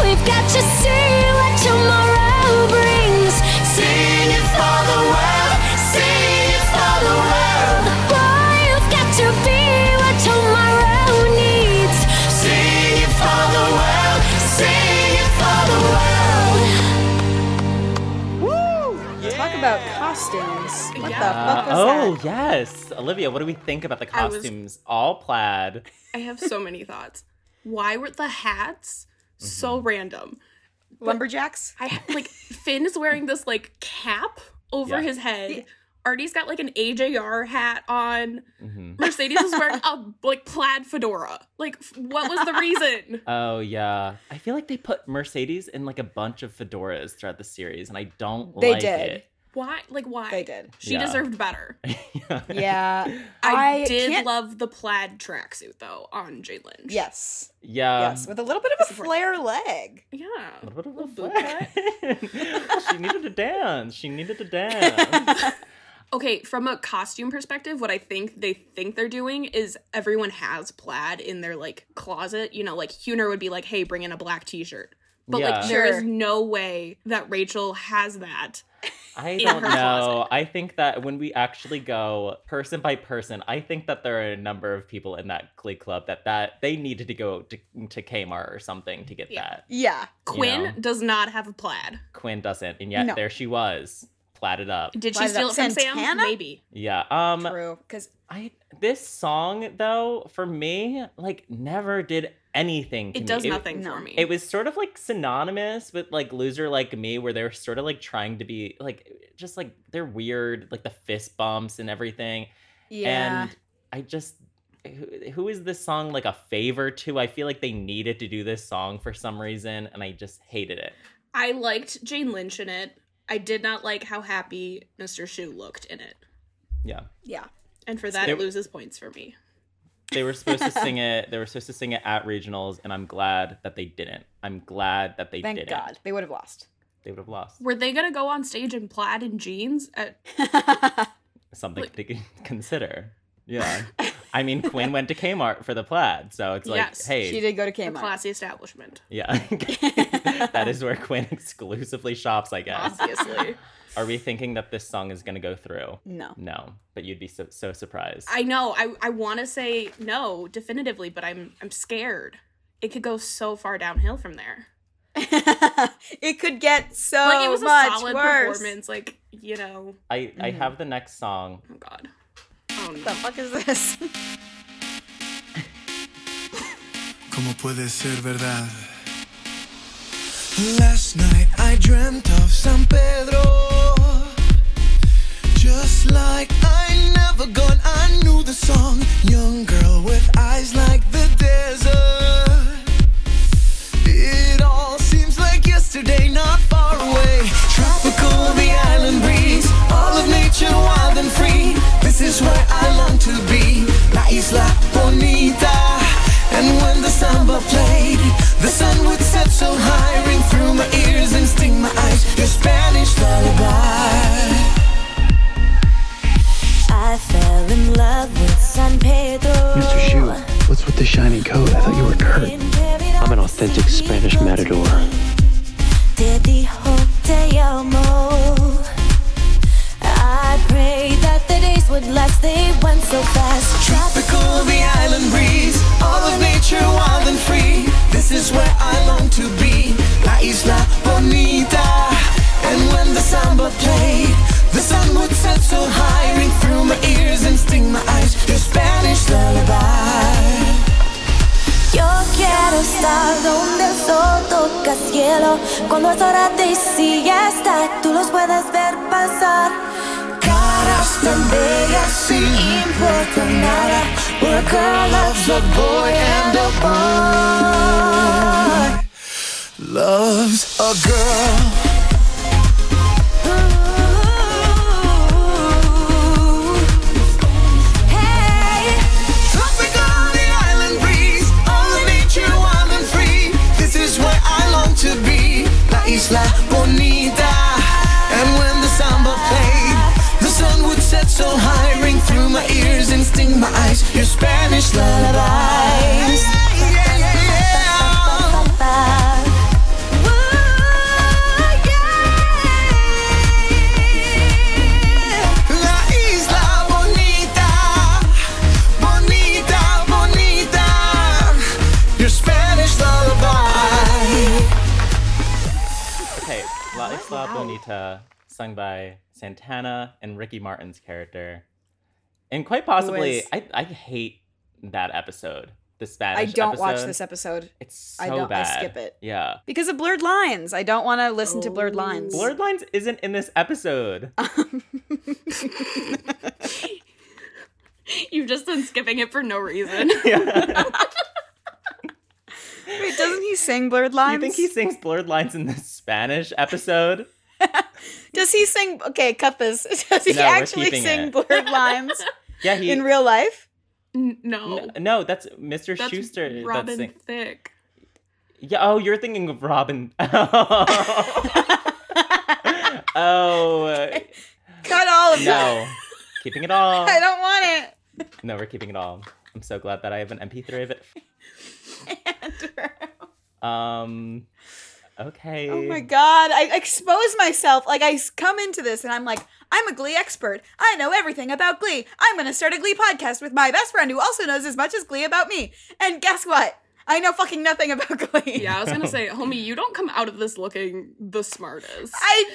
Speaker 5: We've got to see what tomorrow brings.
Speaker 4: Sing it for the world, sing it for the world.
Speaker 5: Boy, you've got to be what tomorrow needs.
Speaker 4: Sing it for the world, sing it for the world.
Speaker 3: Talk about costumes. What
Speaker 1: Yeah.
Speaker 3: the fuck was
Speaker 2: oh
Speaker 3: that?
Speaker 2: yes, Olivia. What do we think about the
Speaker 1: I was-
Speaker 2: costumes? All plaid.
Speaker 1: I have so many thoughts. Why were the hats so
Speaker 2: Mm-hmm.
Speaker 1: random?
Speaker 3: Lumberjacks?
Speaker 1: I ha- like Finn is wearing this like cap over
Speaker 2: Yeah.
Speaker 1: his head. Artie's got like an AJR hat on.
Speaker 2: Mhm.
Speaker 1: Mercedes is wearing a like plaid fedora. Like, f- what was the reason?
Speaker 2: Oh yeah. I feel like they put Mercedes in like a bunch of fedoras throughout the series, and I don't
Speaker 3: They
Speaker 2: like
Speaker 3: did.
Speaker 2: it.
Speaker 1: Why? Like, why?
Speaker 3: They did.
Speaker 1: She
Speaker 2: Yeah.
Speaker 1: deserved better.
Speaker 3: Yeah.
Speaker 1: I, did
Speaker 3: can't-
Speaker 1: love the plaid tracksuit though on Jay Lynch.
Speaker 3: Yes.
Speaker 2: Yeah. um,
Speaker 3: yes. With a little bit of a flare leg.
Speaker 1: Yeah.
Speaker 2: A little bit of
Speaker 1: Little boot
Speaker 2: flex. she needed to dance. She needed to dance.
Speaker 1: Okay, from a costume perspective, what I think they think they're doing is everyone has plaid in their like closet. You know, like Huner would be like, "Hey, bring in a black t-shirt," but
Speaker 2: Yeah.
Speaker 1: like there is
Speaker 3: Sure.
Speaker 1: no way that Rachel has that.
Speaker 2: I
Speaker 1: In
Speaker 2: don't
Speaker 1: her
Speaker 2: know. I think that when we actually go person by person, I think that there are a number of people in that Glee Club that that they needed to go to, to Kmart or something to get
Speaker 1: Yeah.
Speaker 2: that.
Speaker 3: Yeah.
Speaker 1: Quinn
Speaker 2: Yeah.
Speaker 1: does not have a plaid.
Speaker 2: Quinn doesn't, and yet
Speaker 3: No.
Speaker 2: there she was, platted up.
Speaker 1: Did she
Speaker 3: Plaid
Speaker 1: steal
Speaker 3: up.
Speaker 1: it from Sam?
Speaker 3: Santana?
Speaker 1: Maybe.
Speaker 2: Yeah. Um.
Speaker 3: True. Because
Speaker 2: I this song though for me like never did anything. To
Speaker 1: It
Speaker 2: me.
Speaker 1: does nothing
Speaker 3: no.
Speaker 1: for me.
Speaker 2: It was sort of like synonymous with like loser like me, where they're sort of like trying to be like just like they're weird, like the fist bumps and everything.
Speaker 3: yeah.
Speaker 2: And I just who, who is this song like a favor to? I feel like they needed to do this song for some reason, and I just hated it.
Speaker 1: I liked Jane Lynch in it. I did not like how happy Mr. Shu looked in it.
Speaker 2: Yeah.
Speaker 3: yeah.
Speaker 1: And for that,
Speaker 2: It-
Speaker 1: it loses points for me.
Speaker 2: They were supposed to sing it. They were supposed to sing it at regionals, and I'm glad that they didn't. I'm glad that they
Speaker 3: Thank
Speaker 2: didn't.
Speaker 3: God. They would have lost.
Speaker 2: They would have lost
Speaker 1: Were they gonna Uh, go on stage in plaid and jeans? At,
Speaker 2: something
Speaker 1: Like-
Speaker 2: to consider. Yeah. I mean, Quinn went to Kmart for the plaid, so it's like,
Speaker 1: Yes,
Speaker 2: hey,
Speaker 3: She did go to
Speaker 1: A
Speaker 3: Kmart.
Speaker 1: classy establishment,
Speaker 2: yeah, that is where Quinn exclusively shops. I guess.
Speaker 1: obviously.
Speaker 2: Are we thinking that this song is gonna go through?
Speaker 3: No.
Speaker 2: No, but you'd be so, so surprised.
Speaker 1: I know. I, I want to say no definitively, but I'm I'm scared. It could go so far downhill from there.
Speaker 3: it could get so
Speaker 1: Like it was
Speaker 3: much
Speaker 1: a solid
Speaker 3: worse. Mm-hmm.
Speaker 1: performance. Like you know,
Speaker 2: I, I have the next song.
Speaker 1: Mm-hmm. oh god. Oh
Speaker 3: What the
Speaker 1: no.
Speaker 3: fuck is this?
Speaker 7: ¿Cómo puede ser verdad? Last night I dreamt of San Pedro. Just like I never gone, I knew the song. Young girl with eyes like the desert. It all seems like yesterday, not far away. Tropical, the island breeze. All of nature wild and free. This is where I long to be. La Isla Bonita. And when the samba played, the sun would set so high, ring through my ears and sting my eyes. Your Spanish lullaby.
Speaker 5: I fell in love with San Pedro.
Speaker 8: Mr. Shu, what's with the shiny coat? I thought you were Kurt.
Speaker 5: I'm
Speaker 9: an authentic Spanish matador.
Speaker 5: Te dijo te amo. I pray that the days would last, they went so fast.
Speaker 7: Tropical, the island breeze. All of nature wild and free. This is where I long to be. La Isla Bonita. And when the samba played, the sun would set so high, ring through my ears and sting my eyes. Your Spanish lullaby.
Speaker 5: Yo quiero estar donde el sol toca cielo. Cuando es hora de siesta, tú los puedes ver pasar.
Speaker 7: caras tan bellas y importa nada. Where a girl loves a boy and a boy loves a girl.
Speaker 5: Hey,
Speaker 7: Tropical, the island breeze, all of nature wild and free. This is where I long to be, La Isla Bonita. And when the samba played, the sun would set so high, ring through my ears and sting my eyes. Your Spanish lullabies. Yeah, yeah, yeah.
Speaker 5: papá. Ooh, yeah.
Speaker 7: La isla bonita, bonita, bonita. Your Spanish lullaby.
Speaker 2: Okay, La Isla Bonita, sung by Santana and Ricky Martin's character, and quite possibly,
Speaker 3: is-
Speaker 2: I, I hate that episode. The Spanish.
Speaker 3: I don't watch
Speaker 2: episode.
Speaker 3: this episode
Speaker 2: It's so
Speaker 3: I don't- I
Speaker 2: bad.
Speaker 3: skip it.
Speaker 2: Yeah.
Speaker 3: because of blurred lines. I don't want to listen to blurred lines.
Speaker 2: Blurred Lines isn't in this episode.
Speaker 1: You've just been skipping it for no reason.
Speaker 3: Wait, doesn't he sing blurred lines?
Speaker 2: You think he sings Blurred Lines in the Spanish episode?
Speaker 3: Does he sing? Okay, cut this. Does he
Speaker 2: No, we're
Speaker 3: actually
Speaker 2: keeping
Speaker 3: sing
Speaker 2: it.
Speaker 3: blurred lines
Speaker 2: Yeah, he.
Speaker 3: in real life?
Speaker 1: N- no.
Speaker 2: N- no, that's Mr.
Speaker 1: That's
Speaker 2: Schuster. that's
Speaker 1: Robin
Speaker 2: sing-
Speaker 1: Thicke.
Speaker 2: Yeah. Oh, you're thinking of Robin. oh. uh,
Speaker 3: Cut all of that.
Speaker 2: no. keeping it all.
Speaker 3: I don't want it.
Speaker 2: No, we're keeping it all. I'm so glad that I have an MP3 of it. Um. Okay.
Speaker 3: Oh my god, I expose myself. Like I s- come into this and I'm like, I'm a Glee expert. I know everything about Glee. I'm gonna start a Glee podcast with my best friend who also knows as much as Glee about me. And guess what? I know fucking nothing about Glee.
Speaker 1: Yeah, I was gonna say, homie, you don't come out of this looking the smartest. I,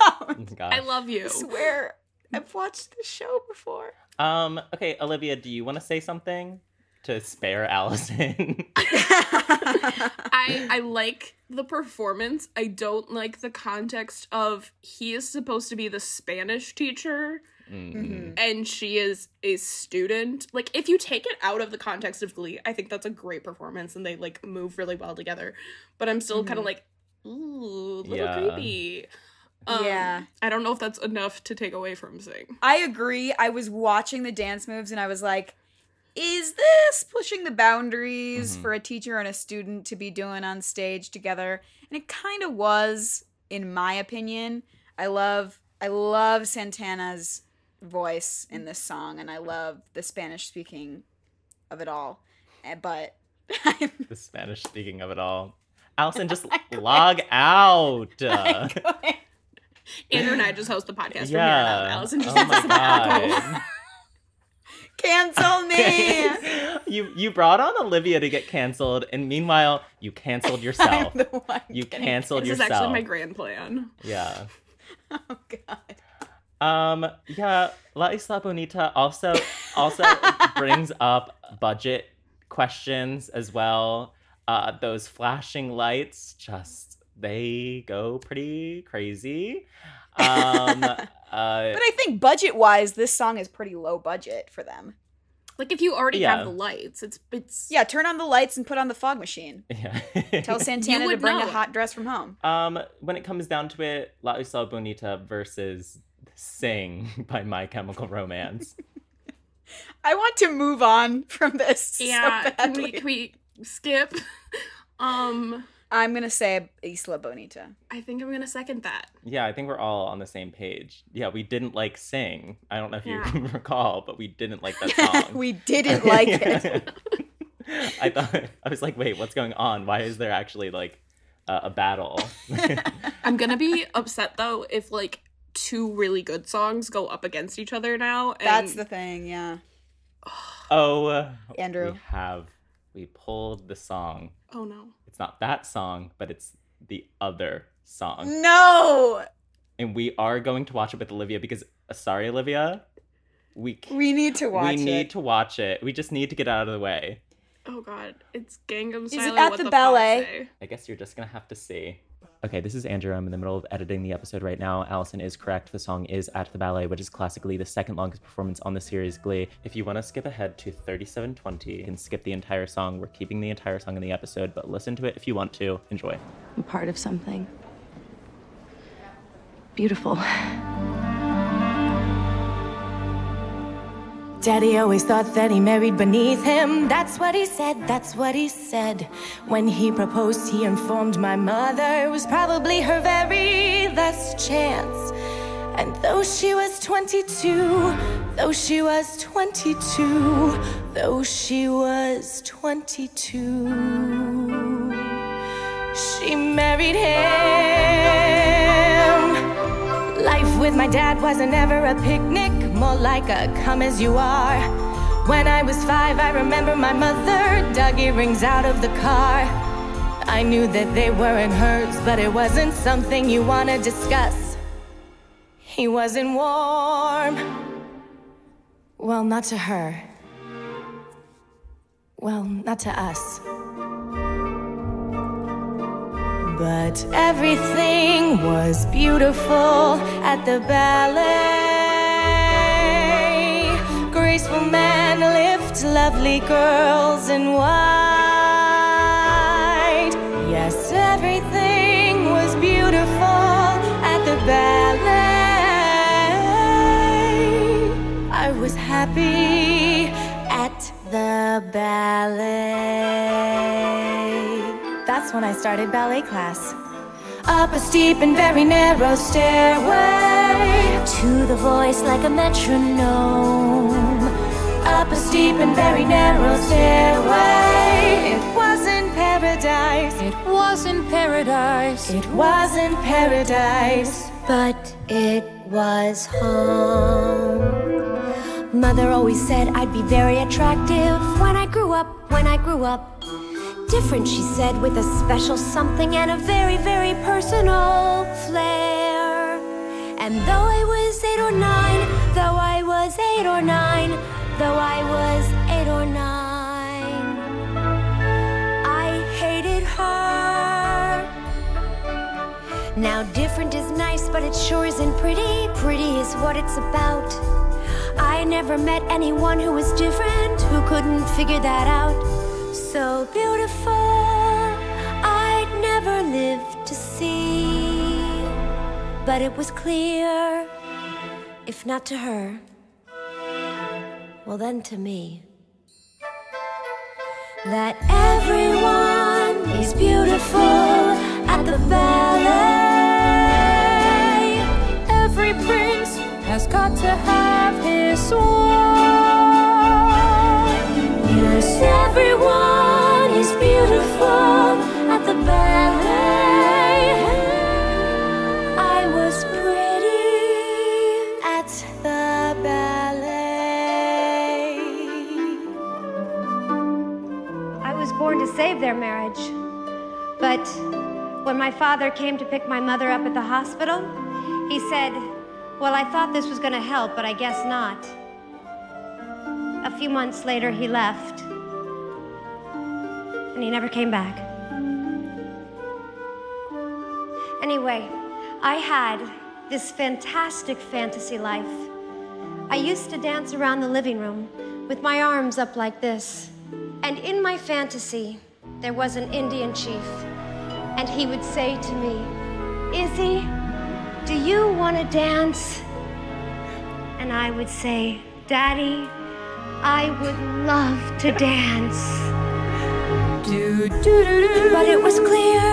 Speaker 3: I don't
Speaker 2: Oh Gosh.
Speaker 1: love you.
Speaker 3: swear. I've watched the show before.
Speaker 2: Um. Okay, Olivia, do you want to say something to spare Allison?
Speaker 1: I I like the performance. I don't like the context of he is supposed to be the Spanish teacher
Speaker 3: Mm-hmm.
Speaker 2: Mm.
Speaker 1: and she is a student. Like if you take it out of the context of Glee, I think that's a great performance and they like move really well together. But I'm still
Speaker 3: Mm-hmm.
Speaker 1: kind of like, ooh, a little
Speaker 2: Yeah.
Speaker 1: creepy. Um,
Speaker 3: Yeah.
Speaker 1: I don't know if that's enough to take away from Sing.
Speaker 3: I agree. I was watching the dance moves and I was like, is this pushing the boundaries for a teacher and a student to be doing on stage together? And it kind of was, in my opinion. I love I love Santana's voice in this song, and I love the Spanish speaking of it all. Eh, But I'm
Speaker 2: The Spanish speaking of it all. Allison, just log out. Uh,
Speaker 1: Andrew and I just host the podcast. Yeah. From here on out.
Speaker 2: yeah.
Speaker 1: Allison just
Speaker 2: oh my
Speaker 1: listens back.
Speaker 2: god.
Speaker 3: cancel me.
Speaker 2: you you brought on Olivia to get canceled, and meanwhile you canceled yourself.
Speaker 3: I'm the one
Speaker 2: You
Speaker 3: getting-
Speaker 2: canceled
Speaker 1: This is
Speaker 2: yourself.
Speaker 1: actually my grand plan.
Speaker 2: yeah.
Speaker 3: Oh god.
Speaker 2: Um. Yeah. La Isla Bonita also also brings up budget questions as well. Uh, those flashing lights just they go pretty crazy. Um. uh,
Speaker 3: But I think budget wise, this song is pretty low budget for them.
Speaker 1: Like if you already
Speaker 2: Yeah.
Speaker 1: have the lights, it's it's
Speaker 3: Yeah, turn on the lights and put on the fog machine.
Speaker 2: yeah.
Speaker 3: Tell Santana to
Speaker 1: would
Speaker 3: bring a
Speaker 1: know.
Speaker 3: hot dress from home.
Speaker 2: Um, when it comes down to it, La Isla Bonita versus Sing by My Chemical Romance.
Speaker 3: I want to move on from this.
Speaker 1: yeah.
Speaker 3: so
Speaker 1: can,
Speaker 3: badly.
Speaker 1: we, can we skip? um,
Speaker 3: I'm gonna say Isla Bonita.
Speaker 1: I think I'm gonna second that.
Speaker 2: yeah, I think we're all on the same page. Yeah, we didn't like Sing. I don't know if you
Speaker 1: Yeah.
Speaker 2: recall, but we didn't like that song.
Speaker 3: we didn't like it.
Speaker 2: I thought I was like, wait, what's going on? Why is there actually like uh, a battle?
Speaker 1: I'm gonna be upset though if like two really good songs go up against each other now. And
Speaker 3: That's the thing. Yeah.
Speaker 2: oh,
Speaker 3: Andrew.
Speaker 2: we have we pulled the song.
Speaker 1: oh no.
Speaker 2: It's not that song, but it's the other song.
Speaker 3: No,
Speaker 2: and we are going to watch it with Olivia because uh, sorry Olivia, we c-
Speaker 3: we need to
Speaker 2: we,
Speaker 3: watch
Speaker 2: need
Speaker 3: it.
Speaker 2: to watch it. We just need to get out of the way.
Speaker 1: Oh god, it's Gangnam
Speaker 3: it
Speaker 1: Style.
Speaker 3: at
Speaker 1: what
Speaker 3: the
Speaker 1: fuck
Speaker 3: ballet?
Speaker 1: say.
Speaker 2: I guess you're just gonna have to see. Okay, this is Andrew. I'm in the middle of editing the episode right now. Allison is correct. The song is At the Ballet, which is classically the second longest performance on the series Glee. If you want to skip ahead to 3720, you can skip the entire song. We're keeping the entire song in the episode, but listen to it if you want to. Enjoy.
Speaker 10: I'm part of something beautiful.
Speaker 5: Daddy always thought that he married beneath him. That's what he said, that's what he said. When he proposed, he informed my mother it was probably her very last chance. And though she was 22, though she was 22, though she was 22, she married him. Life with my dad wasn't ever a picnic, more like a come as you are. When I was five, I remember my mother dug earrings out of the car. I knew that they weren't hers, but it wasn't something you want to discuss. He wasn't warm. Well, not to her. Well, not to us. But everything was beautiful at the ballet. Graceful men lift lovely girls in white. Yes, everything was beautiful at the ballet. I was happy at the ballet. That's when I started ballet class. Up a steep and very narrow stairway.
Speaker 10: To the voice like a metronome.
Speaker 5: Up a steep and very narrow stairway. It wasn't paradise. It
Speaker 10: Wasn't paradise,
Speaker 5: it wasn't paradise.
Speaker 10: but it was home. Mother always said I'd be very attractive when I grew up, when I grew up. Different, she said, with a special something and a very, very personal flair. And though I was eight or nine, though I was eight or nine, though I was eight or nine, I hated her. Now, different is nice, but it sure isn't pretty. Pretty is what it's about. I never met anyone who was different, who couldn't figure that out. So beautiful, I'd never live to see. But it was clear, if not to her, well, then to me that everyone is beautiful at the ballet. Every prince has got to have. of this world. Yes, everyone is beautiful at the ballet. I was pretty at the ballet.
Speaker 11: I was born to save their marriage. But when my father came to pick my mother up at the hospital, he said, Well, I thought this was going to help, but I guess not. A few months later, he left. And he never came back. Anyway, I had this fantastic fantasy life. I used to dance around the living room with my arms up like this. And in my fantasy, there was an Indian chief, and he would say to me, Izzy, do you want to dance? And I would say, Daddy, I would love to dance.
Speaker 10: But it was clear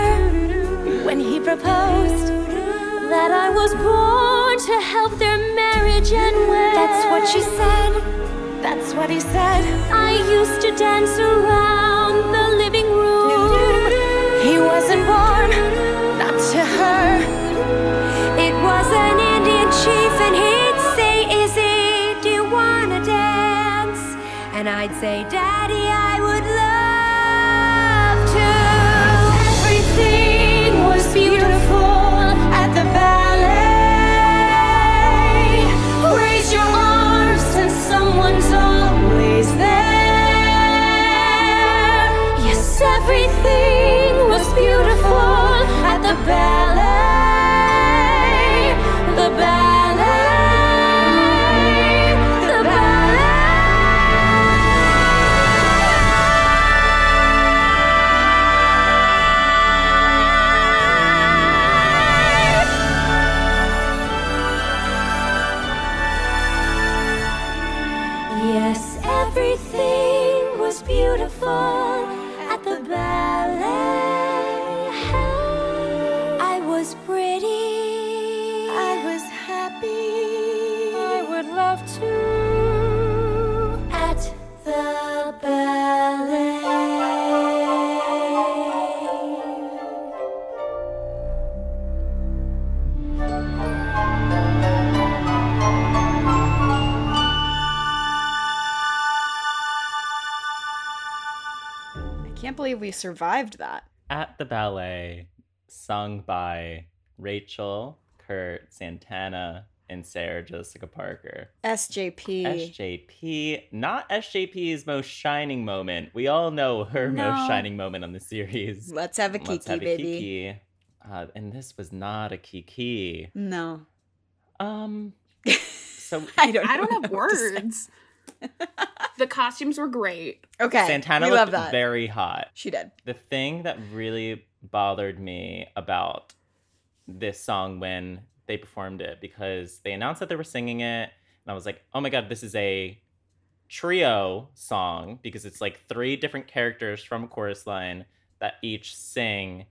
Speaker 10: when he proposed that I was born to help their marriage end well. That's what she said. That's what he said. I used to dance around the living room. He wasn't born, not to her. It was an Indian chief, and he'd say, Izzy, do you wanna dance? And I'd say, Daddy, I would love to. Everything was beautiful at the ballet. Raise your arms and someone's always there. Yes, everything was beautiful at the ballet. The ballet. The ballet. Yes, everything was beautiful at the ballet. I was pretty. I was happy. I would love to at the ballet.
Speaker 3: I can't believe we survived that.
Speaker 2: At the Ballet, sung by Rachel, Kurt, Santana, and Sarah Jessica Parker.
Speaker 3: SJP.
Speaker 2: SJP, not SJP's most shining moment. We all know her
Speaker 3: No.
Speaker 2: most shining moment on the series.
Speaker 3: Let's have a kiki,
Speaker 2: Let's have a
Speaker 3: baby.
Speaker 2: kiki. Uh, and this was not a kiki.
Speaker 3: No.
Speaker 2: Um. So
Speaker 3: I don't.
Speaker 1: I don't
Speaker 3: know
Speaker 1: have
Speaker 3: what to say.
Speaker 1: words. the costumes were great.
Speaker 3: Okay.
Speaker 2: Santana
Speaker 3: we
Speaker 2: looked
Speaker 3: love that.
Speaker 2: very hot.
Speaker 3: she did.
Speaker 2: the thing that really bothered me about this song when they performed it because they announced that they were singing it and i was like oh my god this is a trio song because it's like three different characters from a chorus line that each sing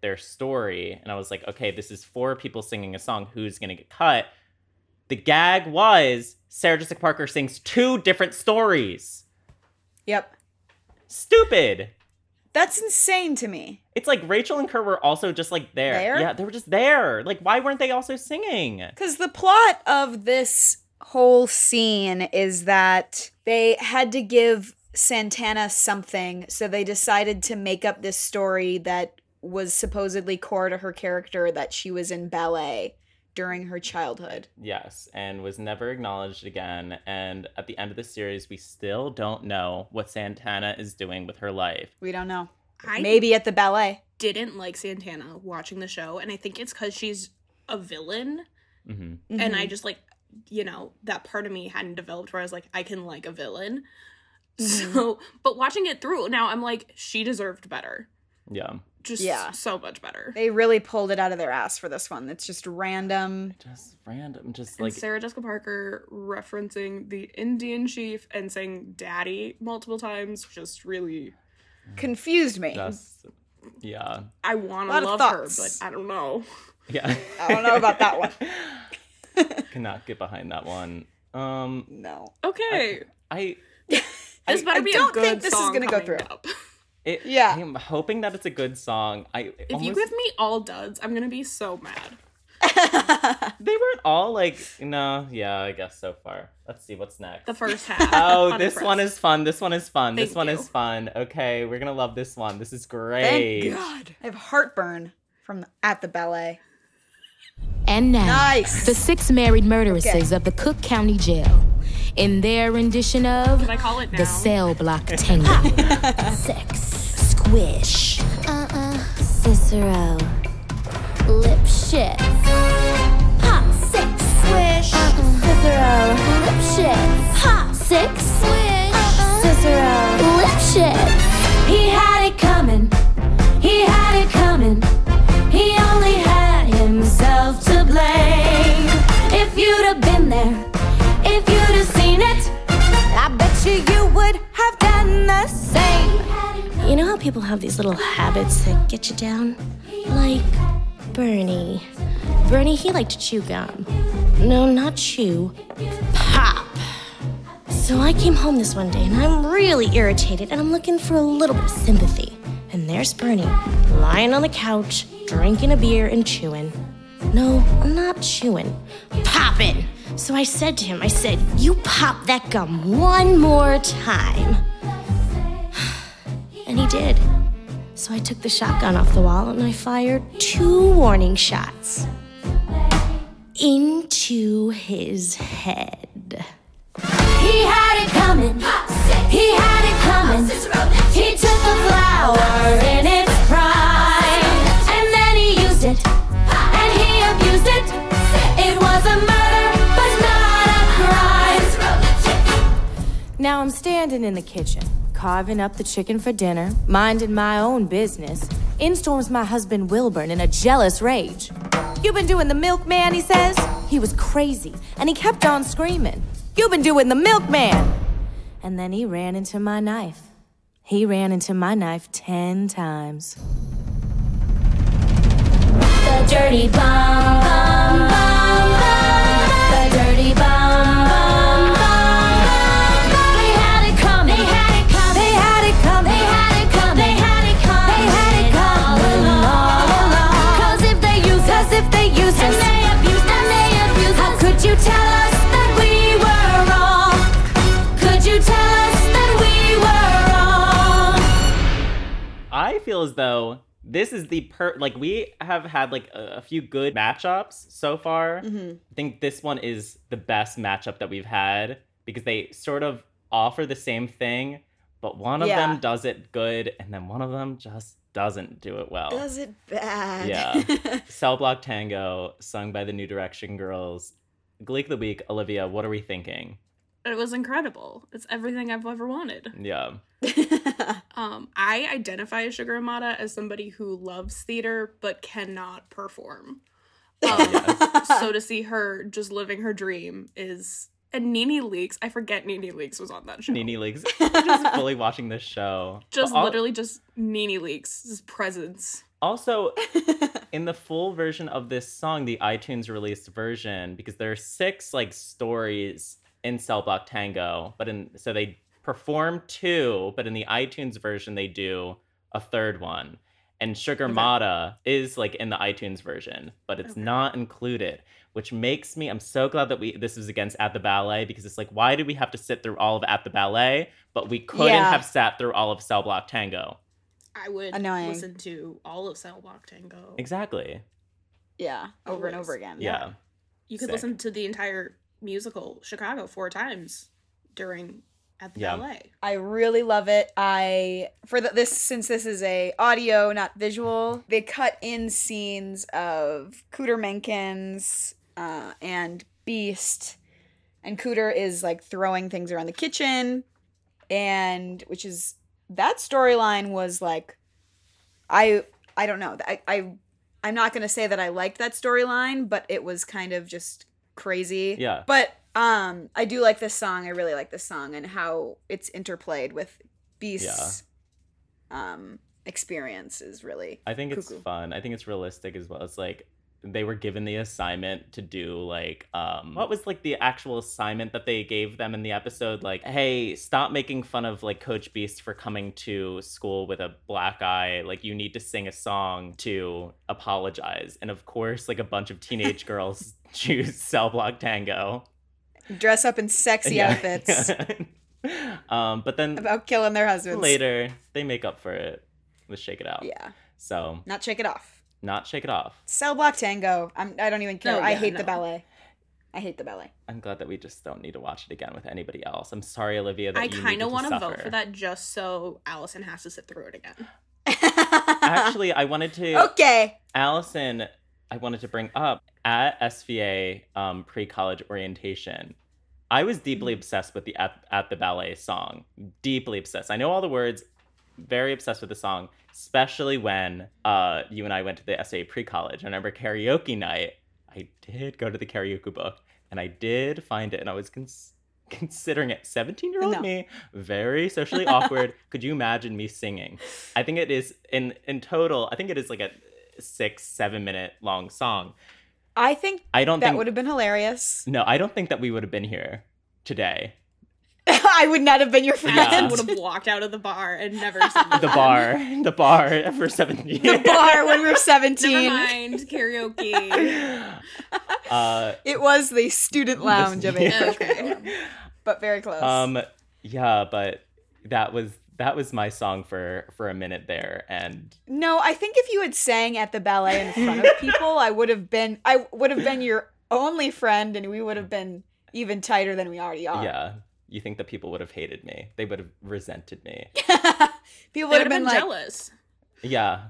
Speaker 2: their story and i was like okay this is four people singing a song who's going to get cut the gag was sarah jessica parker sings two different stories
Speaker 3: Yep.
Speaker 2: stupid
Speaker 3: That's insane to me.
Speaker 2: It's like Rachel and Kurt were also just like there.
Speaker 3: There?
Speaker 2: Yeah, they were just there. Like, why weren't they also singing?
Speaker 3: Because the plot of this whole scene is that they had to give Santana something, so they decided to make up this story that was supposedly core to her character that she was in ballet during her childhood.
Speaker 2: Yes, and was never acknowledged again. And at the end of the series, we still don't know what Santana is doing with her life.
Speaker 3: We don't know.
Speaker 1: I
Speaker 3: Maybe at the ballet.
Speaker 1: didn't like Santana watching the show, and I think it's because she's a villain,
Speaker 2: hmm
Speaker 1: and
Speaker 3: Mm-hmm.
Speaker 1: I just like, you know, that part of me hadn't developed where I was like, I can like a villain. So,
Speaker 3: Mm-hmm.
Speaker 1: but watching it through now, I'm like, she deserved better,
Speaker 2: Yeah,
Speaker 1: just
Speaker 3: Yeah.
Speaker 1: so much better.
Speaker 3: They really pulled it out of their ass for this one. It's just random.
Speaker 2: just random. Just
Speaker 1: And
Speaker 2: like
Speaker 1: Sarah Jessica Parker referencing the Indian chief and saying "daddy" multiple times, just really.
Speaker 3: Confused me.
Speaker 2: just yeah,
Speaker 1: I want
Speaker 3: Lot
Speaker 1: to
Speaker 3: of
Speaker 1: love her, but
Speaker 3: thoughts.
Speaker 1: I don't know.
Speaker 2: yeah.
Speaker 3: I don't know about that one.
Speaker 2: Cannot get behind that one. Um,
Speaker 3: no.
Speaker 1: Okay.
Speaker 2: I.
Speaker 1: This better be a
Speaker 3: don't think
Speaker 1: good
Speaker 3: this is
Speaker 1: song
Speaker 3: gonna go
Speaker 1: coming
Speaker 3: through.
Speaker 2: It,
Speaker 3: Yeah.
Speaker 2: I'm hoping that it's a good song. I
Speaker 1: If you give me all duds, I'm gonna be so mad.
Speaker 2: they weren't all like no, yeah, I guess so far. Let's see what's next.
Speaker 1: The first half.
Speaker 2: Oh, this
Speaker 1: Unimpressed.
Speaker 2: one is fun. This one is fun. this
Speaker 1: Thank
Speaker 2: one
Speaker 1: you.
Speaker 2: is fun. Okay, we're gonna love this one. This is great.
Speaker 3: Thank God. I have heartburn from the, at the ballet.
Speaker 12: And now, the six married murderesses
Speaker 3: Okay.
Speaker 12: of the Cook County Jail in their rendition of
Speaker 1: I call it
Speaker 12: the cell block tango. Sex. Squish.
Speaker 10: Uh-uh. Cicero. Lip shit. Hot six. Swish. Cicero. Lip shit. Hot six. Swish. Cicero. Lip shit. Uh, He had it coming. He had it coming. He only had himself to blame. If you'd have been there, if you'd have seen it, I bet you you would have done the same.
Speaker 5: You know how people have these little habits that get you down? Like Bernie. Bernie, he liked to chew gum. No, not chew, pop. So I came home this one day and I'm really irritated and I'm looking for a little bit of sympathy. And there's Bernie, lying on the couch, drinking a beer and chewing. No, I'm not chewing, popping. So I said to him, I said, You pop that gum one more time. And he did. So I took the shotgun off the wall and I fired two warning shots into his head.
Speaker 10: He had it coming. He had it coming. He took a flower in its prime. And then he used it. And he abused it. It was a murder, but not a crime.
Speaker 5: Now I'm standing in the kitchen, carving up the chicken for dinner, minding my own business. In storms my husband Wilburn in a jealous rage. You've been doing the milkman, he says. He was crazy, and he kept on screaming, You've been doing the milkman! And then he ran into my knife. He ran into my knife ten times.
Speaker 10: The dirty bum, bum, bum, bum. The dirty bum, bum, bum, bum. They had it coming. They had it coming. They had it coming. They had it coming. They had it coming. They had it coming all along. 'Cause if they used us, if they used us, and they abused us, and they abused us, how could you tell us that we were wrong? Could you tell us that we were wrong?
Speaker 2: I feel as though this is the per like we have had like a, a few good matchups so far.
Speaker 1: Mm-hmm.
Speaker 3: Mhm.
Speaker 2: I think this one is the best matchup that we've had because they sort of offer the same thing, but one of
Speaker 3: Yeah.
Speaker 2: them does it good and then one of them just doesn't do it well.
Speaker 3: Does it bad?
Speaker 2: Yeah. Cell Block Tango, sung by the New Direction Girls. Gleek of the Week, Olivia, what are we thinking?
Speaker 1: It was incredible. It's everything I've ever wanted.
Speaker 2: Yeah.
Speaker 1: Um, I identify as Sugar Amata as somebody who loves theater but cannot perform. Um, so to see her just living her dream is and Nene Leaks. I forget Nene Leaks was on that show.
Speaker 2: Nene Leaks just fully watching this show.
Speaker 1: Just
Speaker 2: But al-
Speaker 1: literally just Nene Leaks' presence.
Speaker 2: Also, in the full version of this song, the iTunes released version, because there are six like stories in Cell Block Tango, but in so they perform two, but in the iTunes version they do a third one. And Sugar Mata is like in the iTunes version, but it's not included, which makes me I'm so glad that we this was against At the Ballet because it's like why did we have to sit through all of At the Ballet, but we couldn't
Speaker 3: Yeah.
Speaker 2: have sat through all of Cell Block Tango.
Speaker 1: I would
Speaker 3: Annoying.
Speaker 1: listen to all of Cell Block Tango.
Speaker 2: Exactly.
Speaker 3: yeah. Over Oh. and over again.
Speaker 2: Yeah.
Speaker 1: You could
Speaker 2: Sick.
Speaker 1: listen to the entire musical Chicago four times during at the
Speaker 2: Yeah.
Speaker 1: ballet.
Speaker 3: I really love it. I for the, this since this is a audio not visual, they cut in scenes of Cooter Menkins uh, and Beast, and Cooter is like throwing things around the kitchen, and which is that storyline was like, I I don't know I I I'm not gonna say that I liked that storyline, but it was kind of just crazy.
Speaker 2: Yeah.
Speaker 3: But um, I do like this song. I really like this song and how it's interplayed with Beast's um experience is really.
Speaker 2: I think it's
Speaker 3: cuckoo.
Speaker 2: fun. I think it's realistic as well. It's like they were given the assignment to do like um what was like the actual assignment that they gave them in the episode like hey stop making fun of like coach beast for coming to school with a black eye like you need to sing a song to apologize and of course like a bunch of teenage girls choose cell block tango
Speaker 3: Dress up in sexy
Speaker 2: Yeah.
Speaker 3: outfits
Speaker 2: um but then
Speaker 3: about killing their husbands.
Speaker 2: later they make up for it with shake it out
Speaker 3: Yeah.
Speaker 2: so
Speaker 3: Not shake it off.
Speaker 2: not shake it off
Speaker 3: Cell block tango. I'm, I don't even care.
Speaker 1: No,
Speaker 3: I
Speaker 1: yeah,
Speaker 3: hate the
Speaker 1: no.
Speaker 3: ballet. I hate the ballet.
Speaker 2: I'm glad that we just don't need to watch it again with anybody else. I'm sorry, Olivia, that
Speaker 1: I
Speaker 2: you kind of
Speaker 1: want to
Speaker 2: suffer.
Speaker 1: vote for that just so Allison has to sit through it again.
Speaker 2: Actually, I wanted to.
Speaker 3: Okay.
Speaker 2: Allison, I wanted to bring up at SVA um, pre college orientation. I was deeply
Speaker 3: Mm-hmm.
Speaker 2: obsessed with the at, at the ballet song. Deeply obsessed. I know all the words. Very obsessed with the song, especially when uh, you and I went to the SVA pre college. I remember karaoke night. I did go to the karaoke book, and I did find it, and I was cons- considering it. Seventeen year old
Speaker 3: No.
Speaker 2: me, very socially awkward. Could you imagine me singing? I think it is in in total. I think it is like a six seven minute long song.
Speaker 3: I think
Speaker 2: I don't
Speaker 3: that
Speaker 2: think-
Speaker 3: would have been hilarious.
Speaker 2: No, I don't think that we would have been here today.
Speaker 3: I would not have been your friend.
Speaker 2: Yeah.
Speaker 1: Would have walked out of the bar and never seen
Speaker 2: The bar, the bar for seventeen.
Speaker 3: the bar when we were 17.
Speaker 1: Never mind karaoke.
Speaker 2: Uh,
Speaker 3: It was the student lounge of it.
Speaker 2: Yeah.
Speaker 3: But very close.
Speaker 2: um, yeah, but that was that was my song for for a minute there, and
Speaker 3: no, I think if you had sang at the ballet in front of people, I would have been I would have been your only friend and we would have been even tighter than we already are.
Speaker 2: yeah, you think that people would have hated me? They would have resented me.
Speaker 3: People
Speaker 1: They
Speaker 3: would
Speaker 1: would
Speaker 3: have been, like
Speaker 1: jealous.
Speaker 2: Yeah.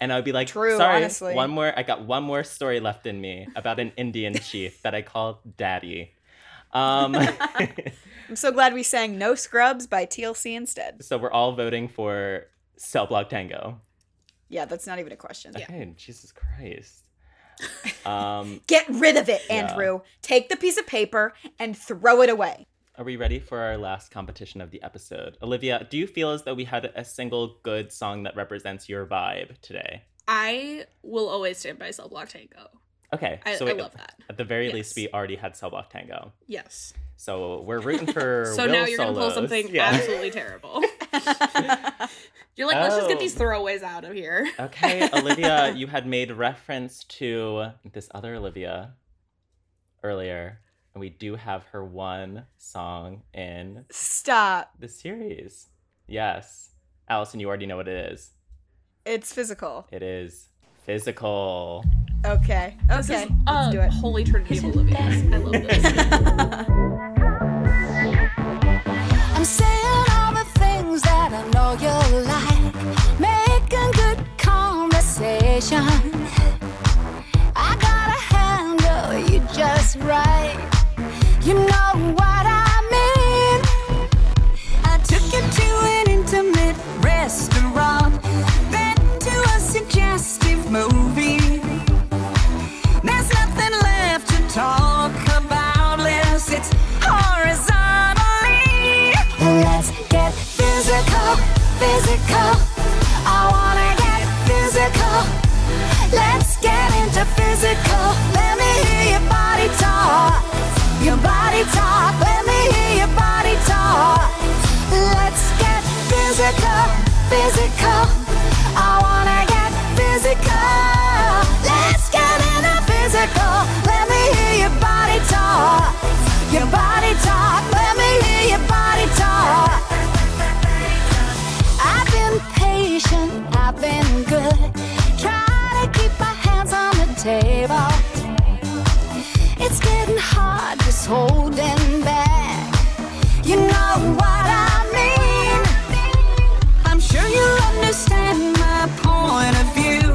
Speaker 2: And I would be like,
Speaker 3: True,
Speaker 2: sorry,
Speaker 3: honestly.
Speaker 2: one more. I got one more story left in me about an Indian chief that I call Daddy. Um,
Speaker 3: I'm so glad we sang No Scrubs by TLC instead.
Speaker 2: so we're all voting for Cell Block Tango.
Speaker 3: Yeah, that's not even a question.
Speaker 2: Okay, Jesus Christ. Um,
Speaker 3: Get rid of it,
Speaker 2: Yeah.
Speaker 3: Andrew. Take the piece of paper and throw it away.
Speaker 2: are we ready for our last competition of the episode? Olivia, do you feel as though we had a single good song that represents your vibe today?
Speaker 1: I will always stand by Cell Block Tango.
Speaker 2: Okay,
Speaker 1: I-
Speaker 2: so
Speaker 1: I
Speaker 2: we-
Speaker 1: love that.
Speaker 2: At the very
Speaker 1: Yes.
Speaker 2: least, we already had Cell Block Tango.
Speaker 1: Yes.
Speaker 2: So we're rooting for.
Speaker 1: So
Speaker 2: Will
Speaker 1: now you're gonna pull
Speaker 2: Solos.
Speaker 1: something
Speaker 2: Yeah.
Speaker 1: absolutely terrible. you're like, let's just
Speaker 2: Oh.
Speaker 1: get these throwaways out of here.
Speaker 2: Okay, Olivia, you had made reference to this other Olivia earlier, and we do have her one song in
Speaker 3: Stop.
Speaker 2: the series. Yes. Allison, you already know what it is.
Speaker 3: It's physical.
Speaker 2: It is physical.
Speaker 3: Okay. Okay. Let's do it.
Speaker 1: uh, Holy Trinity of Olivia. I love this. Mm-hmm.
Speaker 10: I'm saying all the things that I know you'll like. Making good conversation. I gotta handle you just right. You know what I mean. I took you to an intimate restaurant, then to a suggestive movie. There's nothing left to talk about unless it's horizontally. Let's get physical, physical. I wanna get physical. Let's get into physical. Let me hear your body talk. Your body talk. Let me hear your body talk. Let's get physical, physical. I wanna get physical. Let's get into physical. Let me hear your body talk. Your body talk. Let me hear your body talk. I've been patient. I've been good. Try to keep my hands on the table. It's getting hard just holding back. You know what I mean. I'm sure you understand my point of view.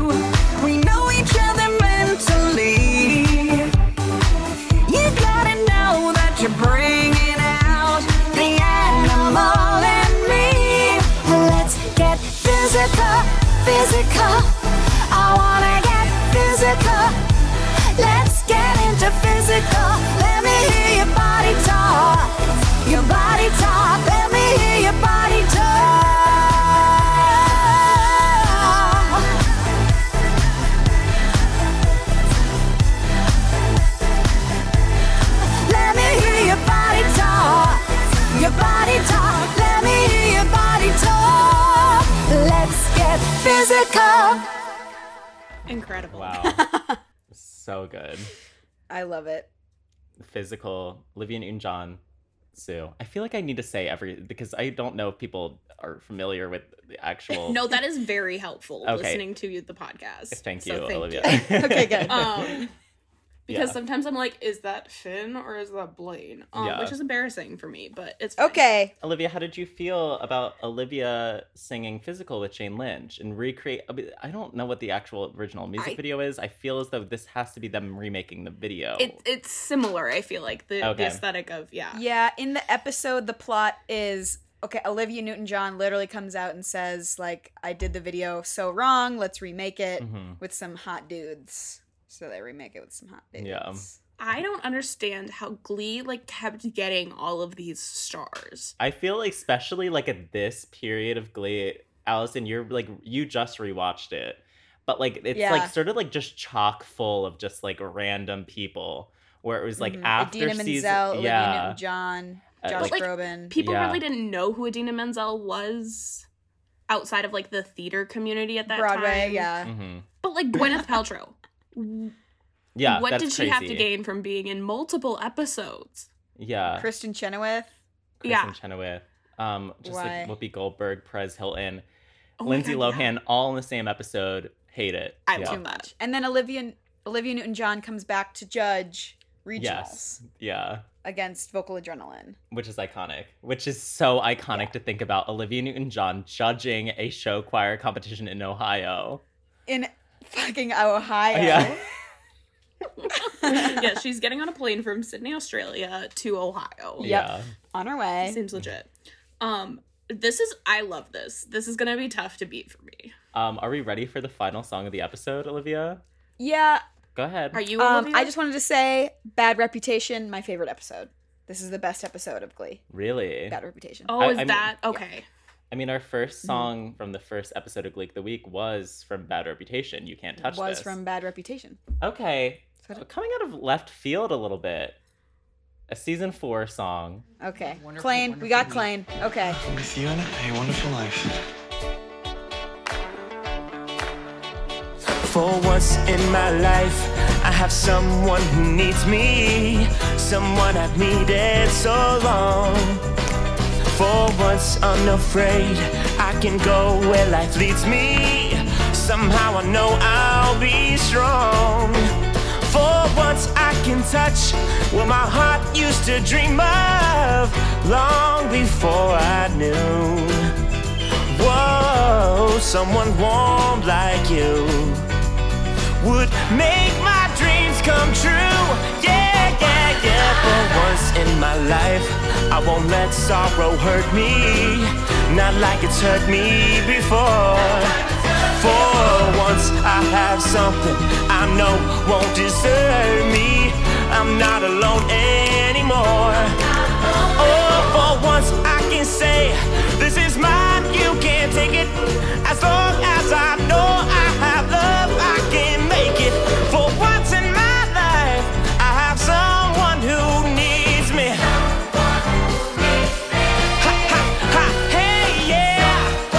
Speaker 10: We know each other mentally. You gotta know that you're bringing out the animal in me. Let's get physical, physical. I wanna get physical. Let's get into physical. Let me hear your body talk. Your body talk. Let me hear your body talk. physical.
Speaker 1: Incredible.
Speaker 2: Wow. so good.
Speaker 3: I love it.
Speaker 2: Physical. Olivia Newton John. Sue. I feel like I need to say every because I don't know if people are familiar with the actual.
Speaker 1: No, that is very helpful
Speaker 2: Okay.
Speaker 1: listening to you, the podcast.
Speaker 2: Thank
Speaker 1: So
Speaker 2: you, Olivia.
Speaker 3: okay, good.
Speaker 1: Um, because
Speaker 2: Yeah.
Speaker 1: sometimes I'm like, is that Finn or is that Blaine? Um,
Speaker 2: Yeah.
Speaker 1: Which is embarrassing for me, but it's
Speaker 3: Okay.
Speaker 2: Olivia, how did you feel about Olivia singing "Physical" with Jane Lynch and recreate? I mean, I don't know what the actual original music
Speaker 1: I-
Speaker 2: video is. I feel as though this has to be them remaking the video.
Speaker 1: It, it's similar, I feel like, the,
Speaker 2: Okay.
Speaker 1: the aesthetic of, yeah.
Speaker 3: Yeah, in the episode, the plot is okay. Olivia Newton-John literally comes out and says, "Like I did the video so wrong. Let's remake it
Speaker 2: Mhm.
Speaker 3: with some hot dudes." So they remake it with some hot dudes.
Speaker 2: yeah.
Speaker 1: I don't understand how Glee, like, kept getting all of these stars.
Speaker 2: I feel especially like at this period of Glee, Allison, you're like you just rewatched it, but like it's
Speaker 3: Yeah.
Speaker 2: like sort of like just chock full of just like random people. Where it was like
Speaker 1: Mm-hmm.
Speaker 3: Mhm.
Speaker 2: after
Speaker 3: Idina
Speaker 2: season,
Speaker 3: Menzel, Olivia
Speaker 2: yeah,
Speaker 3: Newton-John,
Speaker 2: Uh,
Speaker 3: Josh
Speaker 2: But, like,
Speaker 3: Groban.
Speaker 1: People
Speaker 2: Yeah.
Speaker 1: really didn't know who Adina Menzel was outside of, like, the theater community at that time.
Speaker 3: Broadway, yeah.
Speaker 2: Mhm.
Speaker 1: But, like, Gwyneth Paltrow.
Speaker 2: yeah.
Speaker 1: what
Speaker 2: that's
Speaker 1: did she have to
Speaker 2: crazy.
Speaker 1: gain from being in multiple episodes?
Speaker 2: Yeah,
Speaker 3: Kristen Chenoweth.
Speaker 2: Kristen
Speaker 1: yeah.
Speaker 2: Chenoweth, um, just
Speaker 3: Why?
Speaker 2: like Whoopi Goldberg, Perez Hilton,
Speaker 1: Oh my
Speaker 2: Lindsay
Speaker 1: God,
Speaker 2: Lohan, all in the same episode. Hate it.
Speaker 1: I
Speaker 2: yeah.
Speaker 1: too much.
Speaker 3: And then Olivia Olivia Newton-John comes back to judge regionals
Speaker 2: Yes, yeah,
Speaker 3: against Vocal Adrenaline.
Speaker 2: which is iconic. Which is so iconic to think about Olivia Newton-John judging a show choir competition in Ohio.
Speaker 3: in fucking Ohio.
Speaker 2: Yeah.
Speaker 1: yeah, she's getting on a plane from Sydney, Australia to Ohio.
Speaker 2: Yeah.
Speaker 3: On her way.
Speaker 1: Seems legit. Um this is I love this. This is going to be tough to beat for me.
Speaker 2: Um, are we ready for the final song of the episode, Olivia?
Speaker 3: Yeah.
Speaker 2: Go ahead.
Speaker 1: Are you
Speaker 3: Um,
Speaker 1: Olivia?
Speaker 3: I just wanted to say Bad Reputation, my favorite episode. This is the best episode of Glee.
Speaker 2: really?
Speaker 3: Bad Reputation.
Speaker 1: Oh,
Speaker 2: I-
Speaker 1: is
Speaker 2: I'm-
Speaker 1: that Mm-hmm. okay?
Speaker 2: I mean, our first song from the first episode of Gleek the Week was from Bad Reputation. You can't touch
Speaker 3: was
Speaker 2: this.
Speaker 3: from Bad Reputation.
Speaker 2: Okay.
Speaker 3: So it-
Speaker 2: Coming out of left field a little bit. A season four song.
Speaker 3: Okay. Klain, we got Klain. Okay.
Speaker 13: With you and a wonderful life.
Speaker 8: For once in my life, I have someone who needs me, someone I've needed so long. For once, I'm afraid I can go where life leads me. Somehow I know I'll be strong. For once, I can touch what my heart used to dream of long before I knew. Whoa, someone warm like you would make my dreams come true. Yeah, yeah, yeah. For once in my life, I won't let sorrow hurt me. Not like it's hurt me before. For once, I have something I know won't desert me. I'm not alone anymore. Oh, for once, I can say, This is mine, you can't take it. As long as I know I have love, I can make it. For once in my life, I have someone who needs me. Ha, ha, ha, hey, yeah.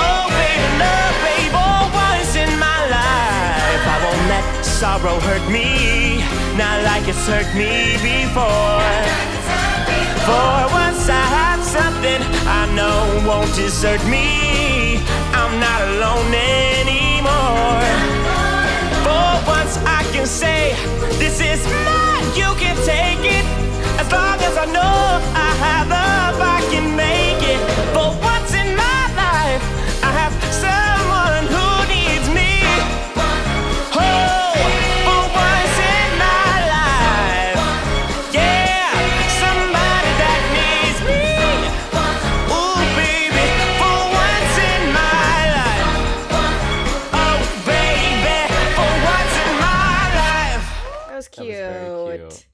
Speaker 8: Oh, baby, love, babe, for once in my life, I won't let sorrow hurt me, not like it's hurt me before. For once I have something I know won't desert me. I'm not alone anymore. For once I can say, This is mine, you can take it. As long as I know I have love, I can make it. For once in my life, I have someone who needs me. Oh, for once in my life. Yeah, somebody that needs me. Ooh, baby, for once in my life. Oh, baby, for once in my life.
Speaker 3: That was
Speaker 2: That
Speaker 3: cute.
Speaker 2: was very cute.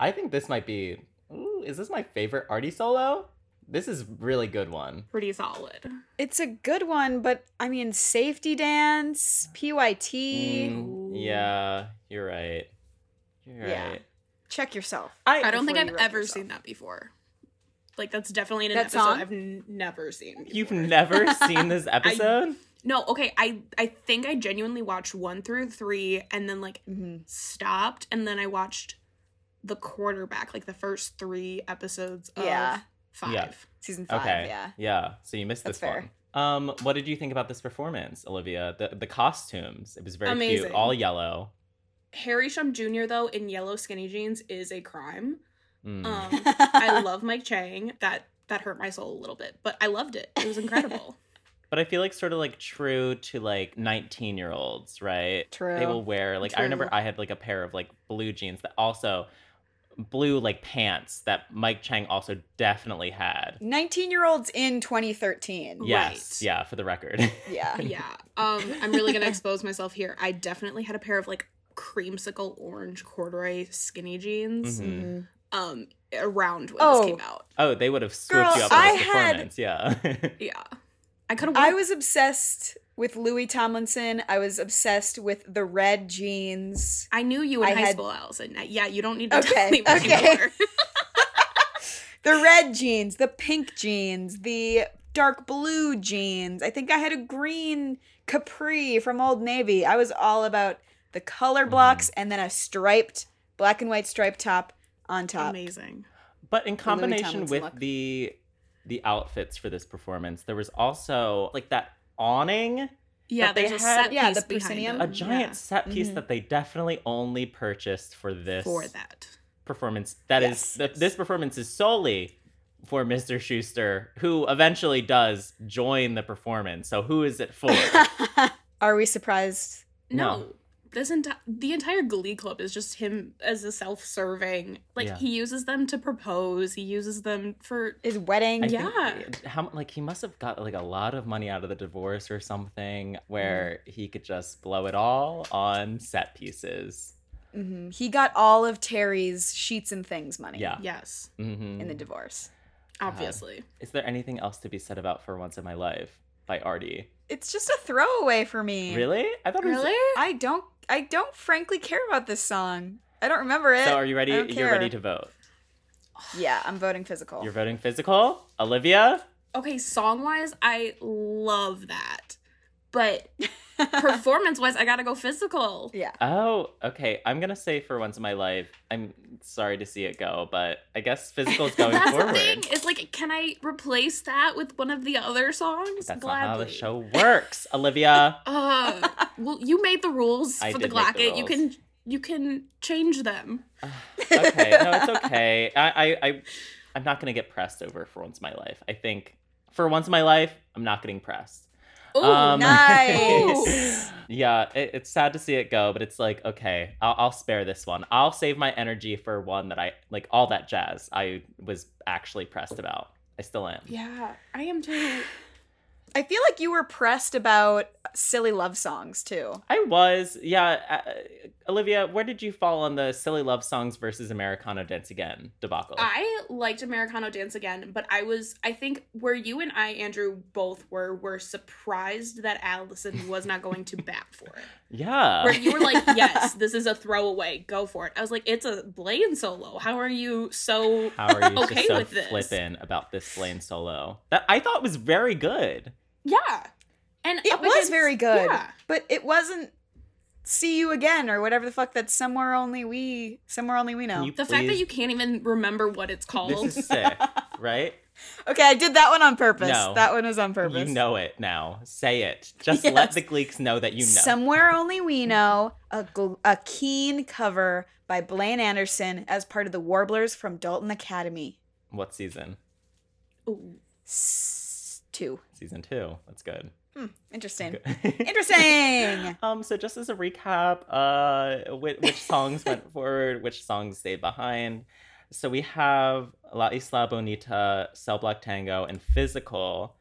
Speaker 2: I think this might be. Ooh, is this my favorite Artie solo? This is really good one.
Speaker 1: Pretty solid.
Speaker 3: It's a good one, but I mean, Safety Dance, PYT.
Speaker 2: Mm, yeah, you're right. You're
Speaker 3: Yeah.
Speaker 2: right.
Speaker 3: Check yourself.
Speaker 1: I don't think
Speaker 3: before
Speaker 1: I've
Speaker 3: you wreck
Speaker 1: ever
Speaker 3: yourself.
Speaker 1: seen that before. Like that's definitely in an
Speaker 3: That
Speaker 1: episode
Speaker 3: song?
Speaker 1: I've n- never seen.
Speaker 2: You've never seen this
Speaker 1: I-
Speaker 2: episode?
Speaker 1: no, okay. I I think I genuinely watched one through three and then like
Speaker 3: Mm-hmm.
Speaker 1: stopped and then I watched the quarterback, like the first three episodes of
Speaker 3: Yeah.
Speaker 1: five.
Speaker 2: Yeah.
Speaker 3: Season five,
Speaker 2: Okay.
Speaker 3: yeah.
Speaker 2: Yeah. So you missed
Speaker 3: That's
Speaker 2: this
Speaker 3: fair.
Speaker 2: one. Um, what did you think about this performance, Olivia? The the costumes. It was very
Speaker 1: Amazing.
Speaker 2: cute, all yellow.
Speaker 1: Harry Shum Jr. though in yellow skinny jeans is a crime.
Speaker 2: Mm.
Speaker 1: Um, I love Mike Chang. That that hurt my soul a little bit, but I loved it. It was incredible.
Speaker 2: But I feel like sort of like true to like 19 year olds, right?
Speaker 1: True.
Speaker 2: They will wear like I remember
Speaker 1: True.
Speaker 2: I had like a pair of like blue jeans that also blue like pants that Mike Chang also definitely had.
Speaker 3: 19 year olds in 2013.
Speaker 2: Yes. Yeah, for the record.
Speaker 3: Yeah.
Speaker 1: yeah. Um, I'm really gonna expose myself here. I definitely had a pair of like creamsicle orange corduroy skinny jeans.
Speaker 2: Mhm.
Speaker 3: Mm-hmm.
Speaker 1: Um, around when this came out.
Speaker 2: Oh, they would have swooped
Speaker 3: Girl,
Speaker 2: you up with
Speaker 3: I
Speaker 2: this
Speaker 3: had-
Speaker 2: performance. Yeah.
Speaker 1: Yeah. I could have
Speaker 3: I was obsessed with Louis Tomlinson. I was obsessed with the red jeans.
Speaker 1: I knew you in high school, Allison. Yeah, you don't need to tell me much
Speaker 3: the red jeans, the pink jeans, the dark blue jeans. I think I had a green capri from Old Navy. I was all about the
Speaker 2: Mm-hmm.
Speaker 3: color blocks and then a striped black and white striped top on top.
Speaker 1: Amazing.
Speaker 2: But in
Speaker 3: Louis
Speaker 2: combination
Speaker 3: Tomlinson
Speaker 2: with
Speaker 3: look.
Speaker 2: the the outfits for this performance, there was also like that awning.
Speaker 1: Yeah,
Speaker 2: that they
Speaker 1: there's a
Speaker 2: had,
Speaker 1: set Yeah, piece the behind proscenium.
Speaker 2: a
Speaker 1: them.
Speaker 2: giant
Speaker 1: Yeah.
Speaker 2: set piece
Speaker 1: Mhm.
Speaker 2: that they definitely only purchased for this
Speaker 1: for that.
Speaker 2: performance. That is th- this performance is solely for Mr. Schuster, who eventually does join the performance. So who is it for?
Speaker 3: Are we surprised?
Speaker 1: No. This entire the entire Glee Club is just him as a self serving. Like
Speaker 2: Yeah.
Speaker 1: he uses them to propose. He uses them for
Speaker 3: his wedding.
Speaker 2: I think-
Speaker 1: yeah.
Speaker 2: How like he must have got like a lot of money out of the divorce or something, where he could just blow it all on set pieces.
Speaker 3: hmm He got all of Terry's sheets and things money.
Speaker 2: Yeah.
Speaker 1: Yes.
Speaker 2: Mhm.
Speaker 3: In the divorce. Uh-huh.
Speaker 2: God. Is there anything else to be said about For Once in My Life by Artie?
Speaker 3: It's just a throwaway for me.
Speaker 2: Really? I thought it was.
Speaker 3: I don't I don't frankly care about this song. I don't remember it.
Speaker 2: So are you ready?
Speaker 3: I don't
Speaker 2: You're ready to
Speaker 3: care.
Speaker 2: vote.
Speaker 3: Yeah, I'm voting physical.
Speaker 2: You're voting physical? Olivia?
Speaker 1: Okay, song wise, I love that. But performance wise, I gotta go physical.
Speaker 3: Yeah.
Speaker 2: Oh, okay. I'm going to say For Once in My Life, I'm sorry to see it go, but I guess physical is going
Speaker 1: That's the
Speaker 2: forward.
Speaker 1: thing. It's like, can I replace that with one of the other songs?
Speaker 2: That's not how
Speaker 1: Gladly.
Speaker 2: the show works, Olivia.
Speaker 1: uh, well, you made the rules
Speaker 2: I
Speaker 1: for the
Speaker 2: did make the
Speaker 1: Glacket. You
Speaker 2: rules.
Speaker 1: can you can change them.
Speaker 2: Okay. No, it's okay. I, I, I, I'm not going to get pressed over For Once in My Life. I think For Once in My Life, I'm not getting pressed. Um,
Speaker 1: Ooh, nice.
Speaker 2: yeah, it, it's sad to see it go, but it's like, okay, I'll, I'll spare this one. I'll save my energy for one that I like, all that jazz I was actually pressed about. I still am.
Speaker 1: Yeah, I am too.
Speaker 3: I feel like you were pressed about silly love songs too.
Speaker 2: I was, yeah. Uh, Olivia, where did you fall on the silly love songs versus Americano Dance Again debacle?
Speaker 1: I liked Americano Dance Again, but I was I think where you and I, Andrew, both were were surprised that Allison was not going to bat for it.
Speaker 2: yeah.
Speaker 1: Where you were like, yes, this is a throwaway, go for it. I was like, it's a Blaine solo. How are you so
Speaker 2: How are you
Speaker 1: okay
Speaker 2: just so
Speaker 1: with this?
Speaker 2: flippin' about this Slane solo that I thought was very good?
Speaker 1: Yeah. And
Speaker 3: it
Speaker 1: up
Speaker 3: was
Speaker 1: against-
Speaker 3: very good.
Speaker 1: yeah.
Speaker 3: But it wasn't See You Again or whatever the fuck that's somewhere only we somewhere only we know.
Speaker 2: you
Speaker 1: The fact that
Speaker 2: please-
Speaker 1: you can't even remember what it's called.
Speaker 2: This is sick, right?
Speaker 3: Okay, I did that one on purpose.
Speaker 2: No.
Speaker 3: That one was on
Speaker 2: You
Speaker 3: purpose.
Speaker 2: know it now. Say it. Just let the Gleeks know that you know.
Speaker 3: Somewhere Only We Know, a, gl- a keen cover by Blaine Anderson as part of the Warblers from Dalton Academy.
Speaker 2: what season?
Speaker 3: S- two.
Speaker 2: Season two. That's good.
Speaker 3: Hmm, interesting. interesting.
Speaker 2: Um, so just as a recap, uh, which, which songs went forward, which songs stayed behind. So we have La Isla Bonita, Cell Block Tango, and Physical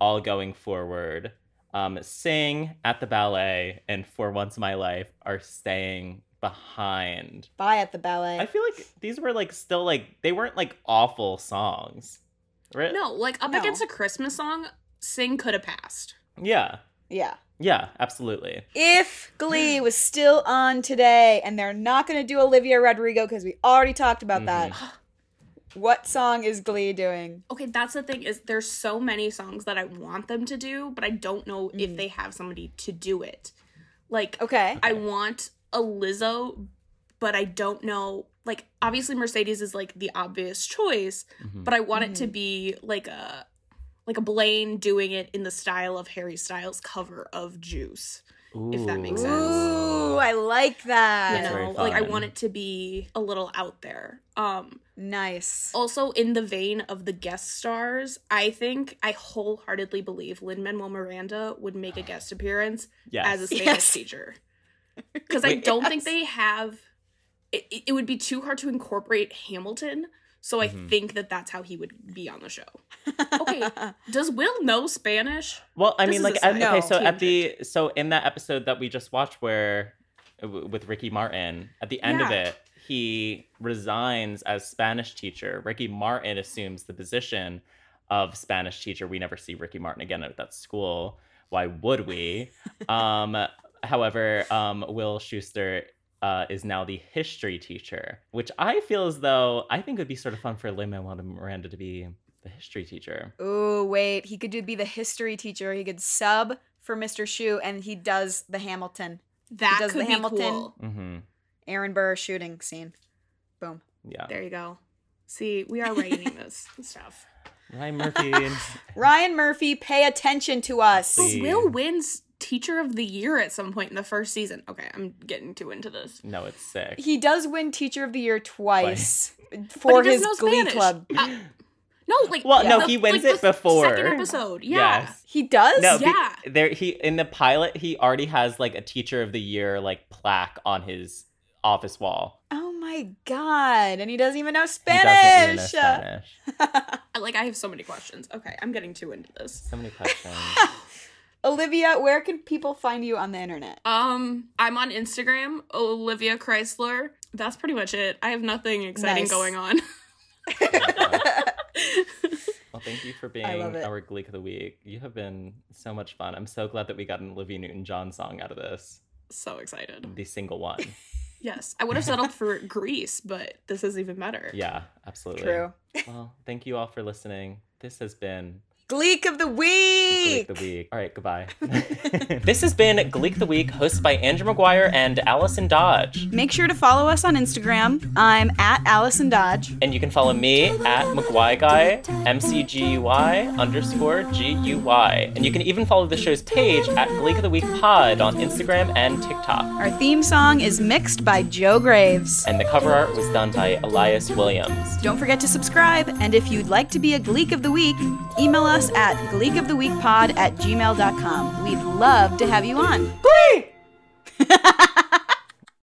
Speaker 2: all going forward. Um, Sing at the ballet and For Once in My Life are staying behind.
Speaker 3: Bye at the ballet.
Speaker 2: I feel like these were like still like they weren't like awful songs, right?
Speaker 1: No, like up
Speaker 3: No.
Speaker 1: against a Christmas song, Sing could have passed.
Speaker 2: Yeah.
Speaker 3: Yeah.
Speaker 2: Yeah. Absolutely.
Speaker 3: If Glee
Speaker 2: Mm.
Speaker 3: was still on today and they're not going to do Olivia Rodrigo because we already talked about that,
Speaker 2: Mm-hmm.
Speaker 3: What song is Glee doing?
Speaker 1: Okay, that's the thing is there's so many songs that I want them to do, but I don't know if they have somebody to do it. Like
Speaker 3: okay,
Speaker 1: I want a Lizzo, but I don't know. Like obviously Mercedes is like the obvious choice,
Speaker 2: Mhm.
Speaker 1: but I want it to be like a like a Blaine doing it in the style of Harry Styles' cover of Juice. If that makes sense.
Speaker 3: Ooh, I like
Speaker 1: you
Speaker 3: that.
Speaker 1: know like i want it to be a little out there um
Speaker 3: nice
Speaker 1: also in the vein of the guest stars i think i wholeheartedly believe lynn manuel miranda would make a guest appearance
Speaker 2: Yes.
Speaker 1: as a spanish
Speaker 2: Yes.
Speaker 1: teacher because i
Speaker 2: Wait,
Speaker 1: don't think they have it, it- it would be too hard to incorporate hamilton so i
Speaker 2: Mhm.
Speaker 1: think that that's how he would be on the show okay does will know spanish
Speaker 2: Well, I
Speaker 1: This
Speaker 2: mean,
Speaker 1: is
Speaker 2: like,
Speaker 1: a
Speaker 2: at,
Speaker 1: side
Speaker 2: okay, so at
Speaker 1: tangent.
Speaker 2: the so in that episode that we just watched, where uh, w- with Ricky Martin, at the end of
Speaker 1: Yeah.
Speaker 2: it, he resigns as Spanish teacher. Ricky Martin assumes the position of Spanish teacher. We never see Ricky Martin again at that school. Why would we? um, however, um, Will Schuster. Uh, is now the history teacher, which I feel as though I think would be sort of fun for Lin Manuel Miranda to be the history teacher.
Speaker 3: Ooh, wait. He could do, be the history teacher. He could sub for Mr. Shu, and he does the Hamilton.
Speaker 1: That
Speaker 3: he does
Speaker 1: could be cool.
Speaker 2: hmm
Speaker 3: Aaron Burr shooting scene. Boom.
Speaker 2: Yeah.
Speaker 1: there you go see we are writing this stuff
Speaker 2: Ryan Murphy.
Speaker 3: Ryan Murphy, pay attention to us.
Speaker 1: But Will wins Teacher of the Year at some point in the first season. Okay, I'm getting too into this.
Speaker 2: no, it's sick.
Speaker 3: He does win Teacher of the Year twice for
Speaker 1: But he
Speaker 3: his
Speaker 1: doesn't know
Speaker 3: Glee
Speaker 1: Spanish. Uh, Ah,
Speaker 3: Club.
Speaker 1: No, like
Speaker 2: Well, no,
Speaker 1: the-
Speaker 2: he wins
Speaker 1: like, the
Speaker 2: it before.
Speaker 1: second episode. Yeah,
Speaker 2: Yes.
Speaker 3: He does?
Speaker 2: No, be-
Speaker 1: Yeah.
Speaker 2: there he in the pilot he already has like a teacher of the year like plaque on his office wall.
Speaker 3: oh my God. And he doesn't even know
Speaker 2: He doesn't
Speaker 3: Spanish.
Speaker 2: even know Spanish.
Speaker 1: I- like I have so many questions. Okay, I'm getting too into this.
Speaker 2: So many questions.
Speaker 3: Olivia, where can people find you on the internet?
Speaker 1: Um, I'm on Instagram, Olivia Chrysler. That's pretty much it. I have nothing exciting
Speaker 3: Nice.
Speaker 1: going on.
Speaker 2: well, thank you for
Speaker 3: I love
Speaker 2: being
Speaker 3: it.
Speaker 2: our Gleek of the Week. You have been so much fun. I'm so glad that we got an Olivia Newton John song out of this.
Speaker 1: So excited.
Speaker 2: The single one.
Speaker 1: Yes, I would have settled for Greece, but this is even better.
Speaker 2: yeah, absolutely.
Speaker 3: True.
Speaker 2: well, thank you all for listening. This has been
Speaker 3: Gleek of the
Speaker 2: Gleek
Speaker 3: Week.
Speaker 2: the Week. All right, goodbye. this has been Gleek the Week, hosted by Andrew McGuire and Allison Dodge.
Speaker 3: Make sure to follow us on Instagram. I'm at Allison Dodge.
Speaker 2: And you can follow me at McGuy MCGUY underscore GUY. And you can even follow the show's page at Gleek of the Week Pod on Instagram and TikTok.
Speaker 3: Our theme song is mixed by Joe Graves.
Speaker 2: And the cover art was done by Elias Williams.
Speaker 3: Don't forget to subscribe, and if you'd like to be a Gleek of the Week, email us at gleekoftheweekpod at gmail.com. We'd love to have you on. Glee!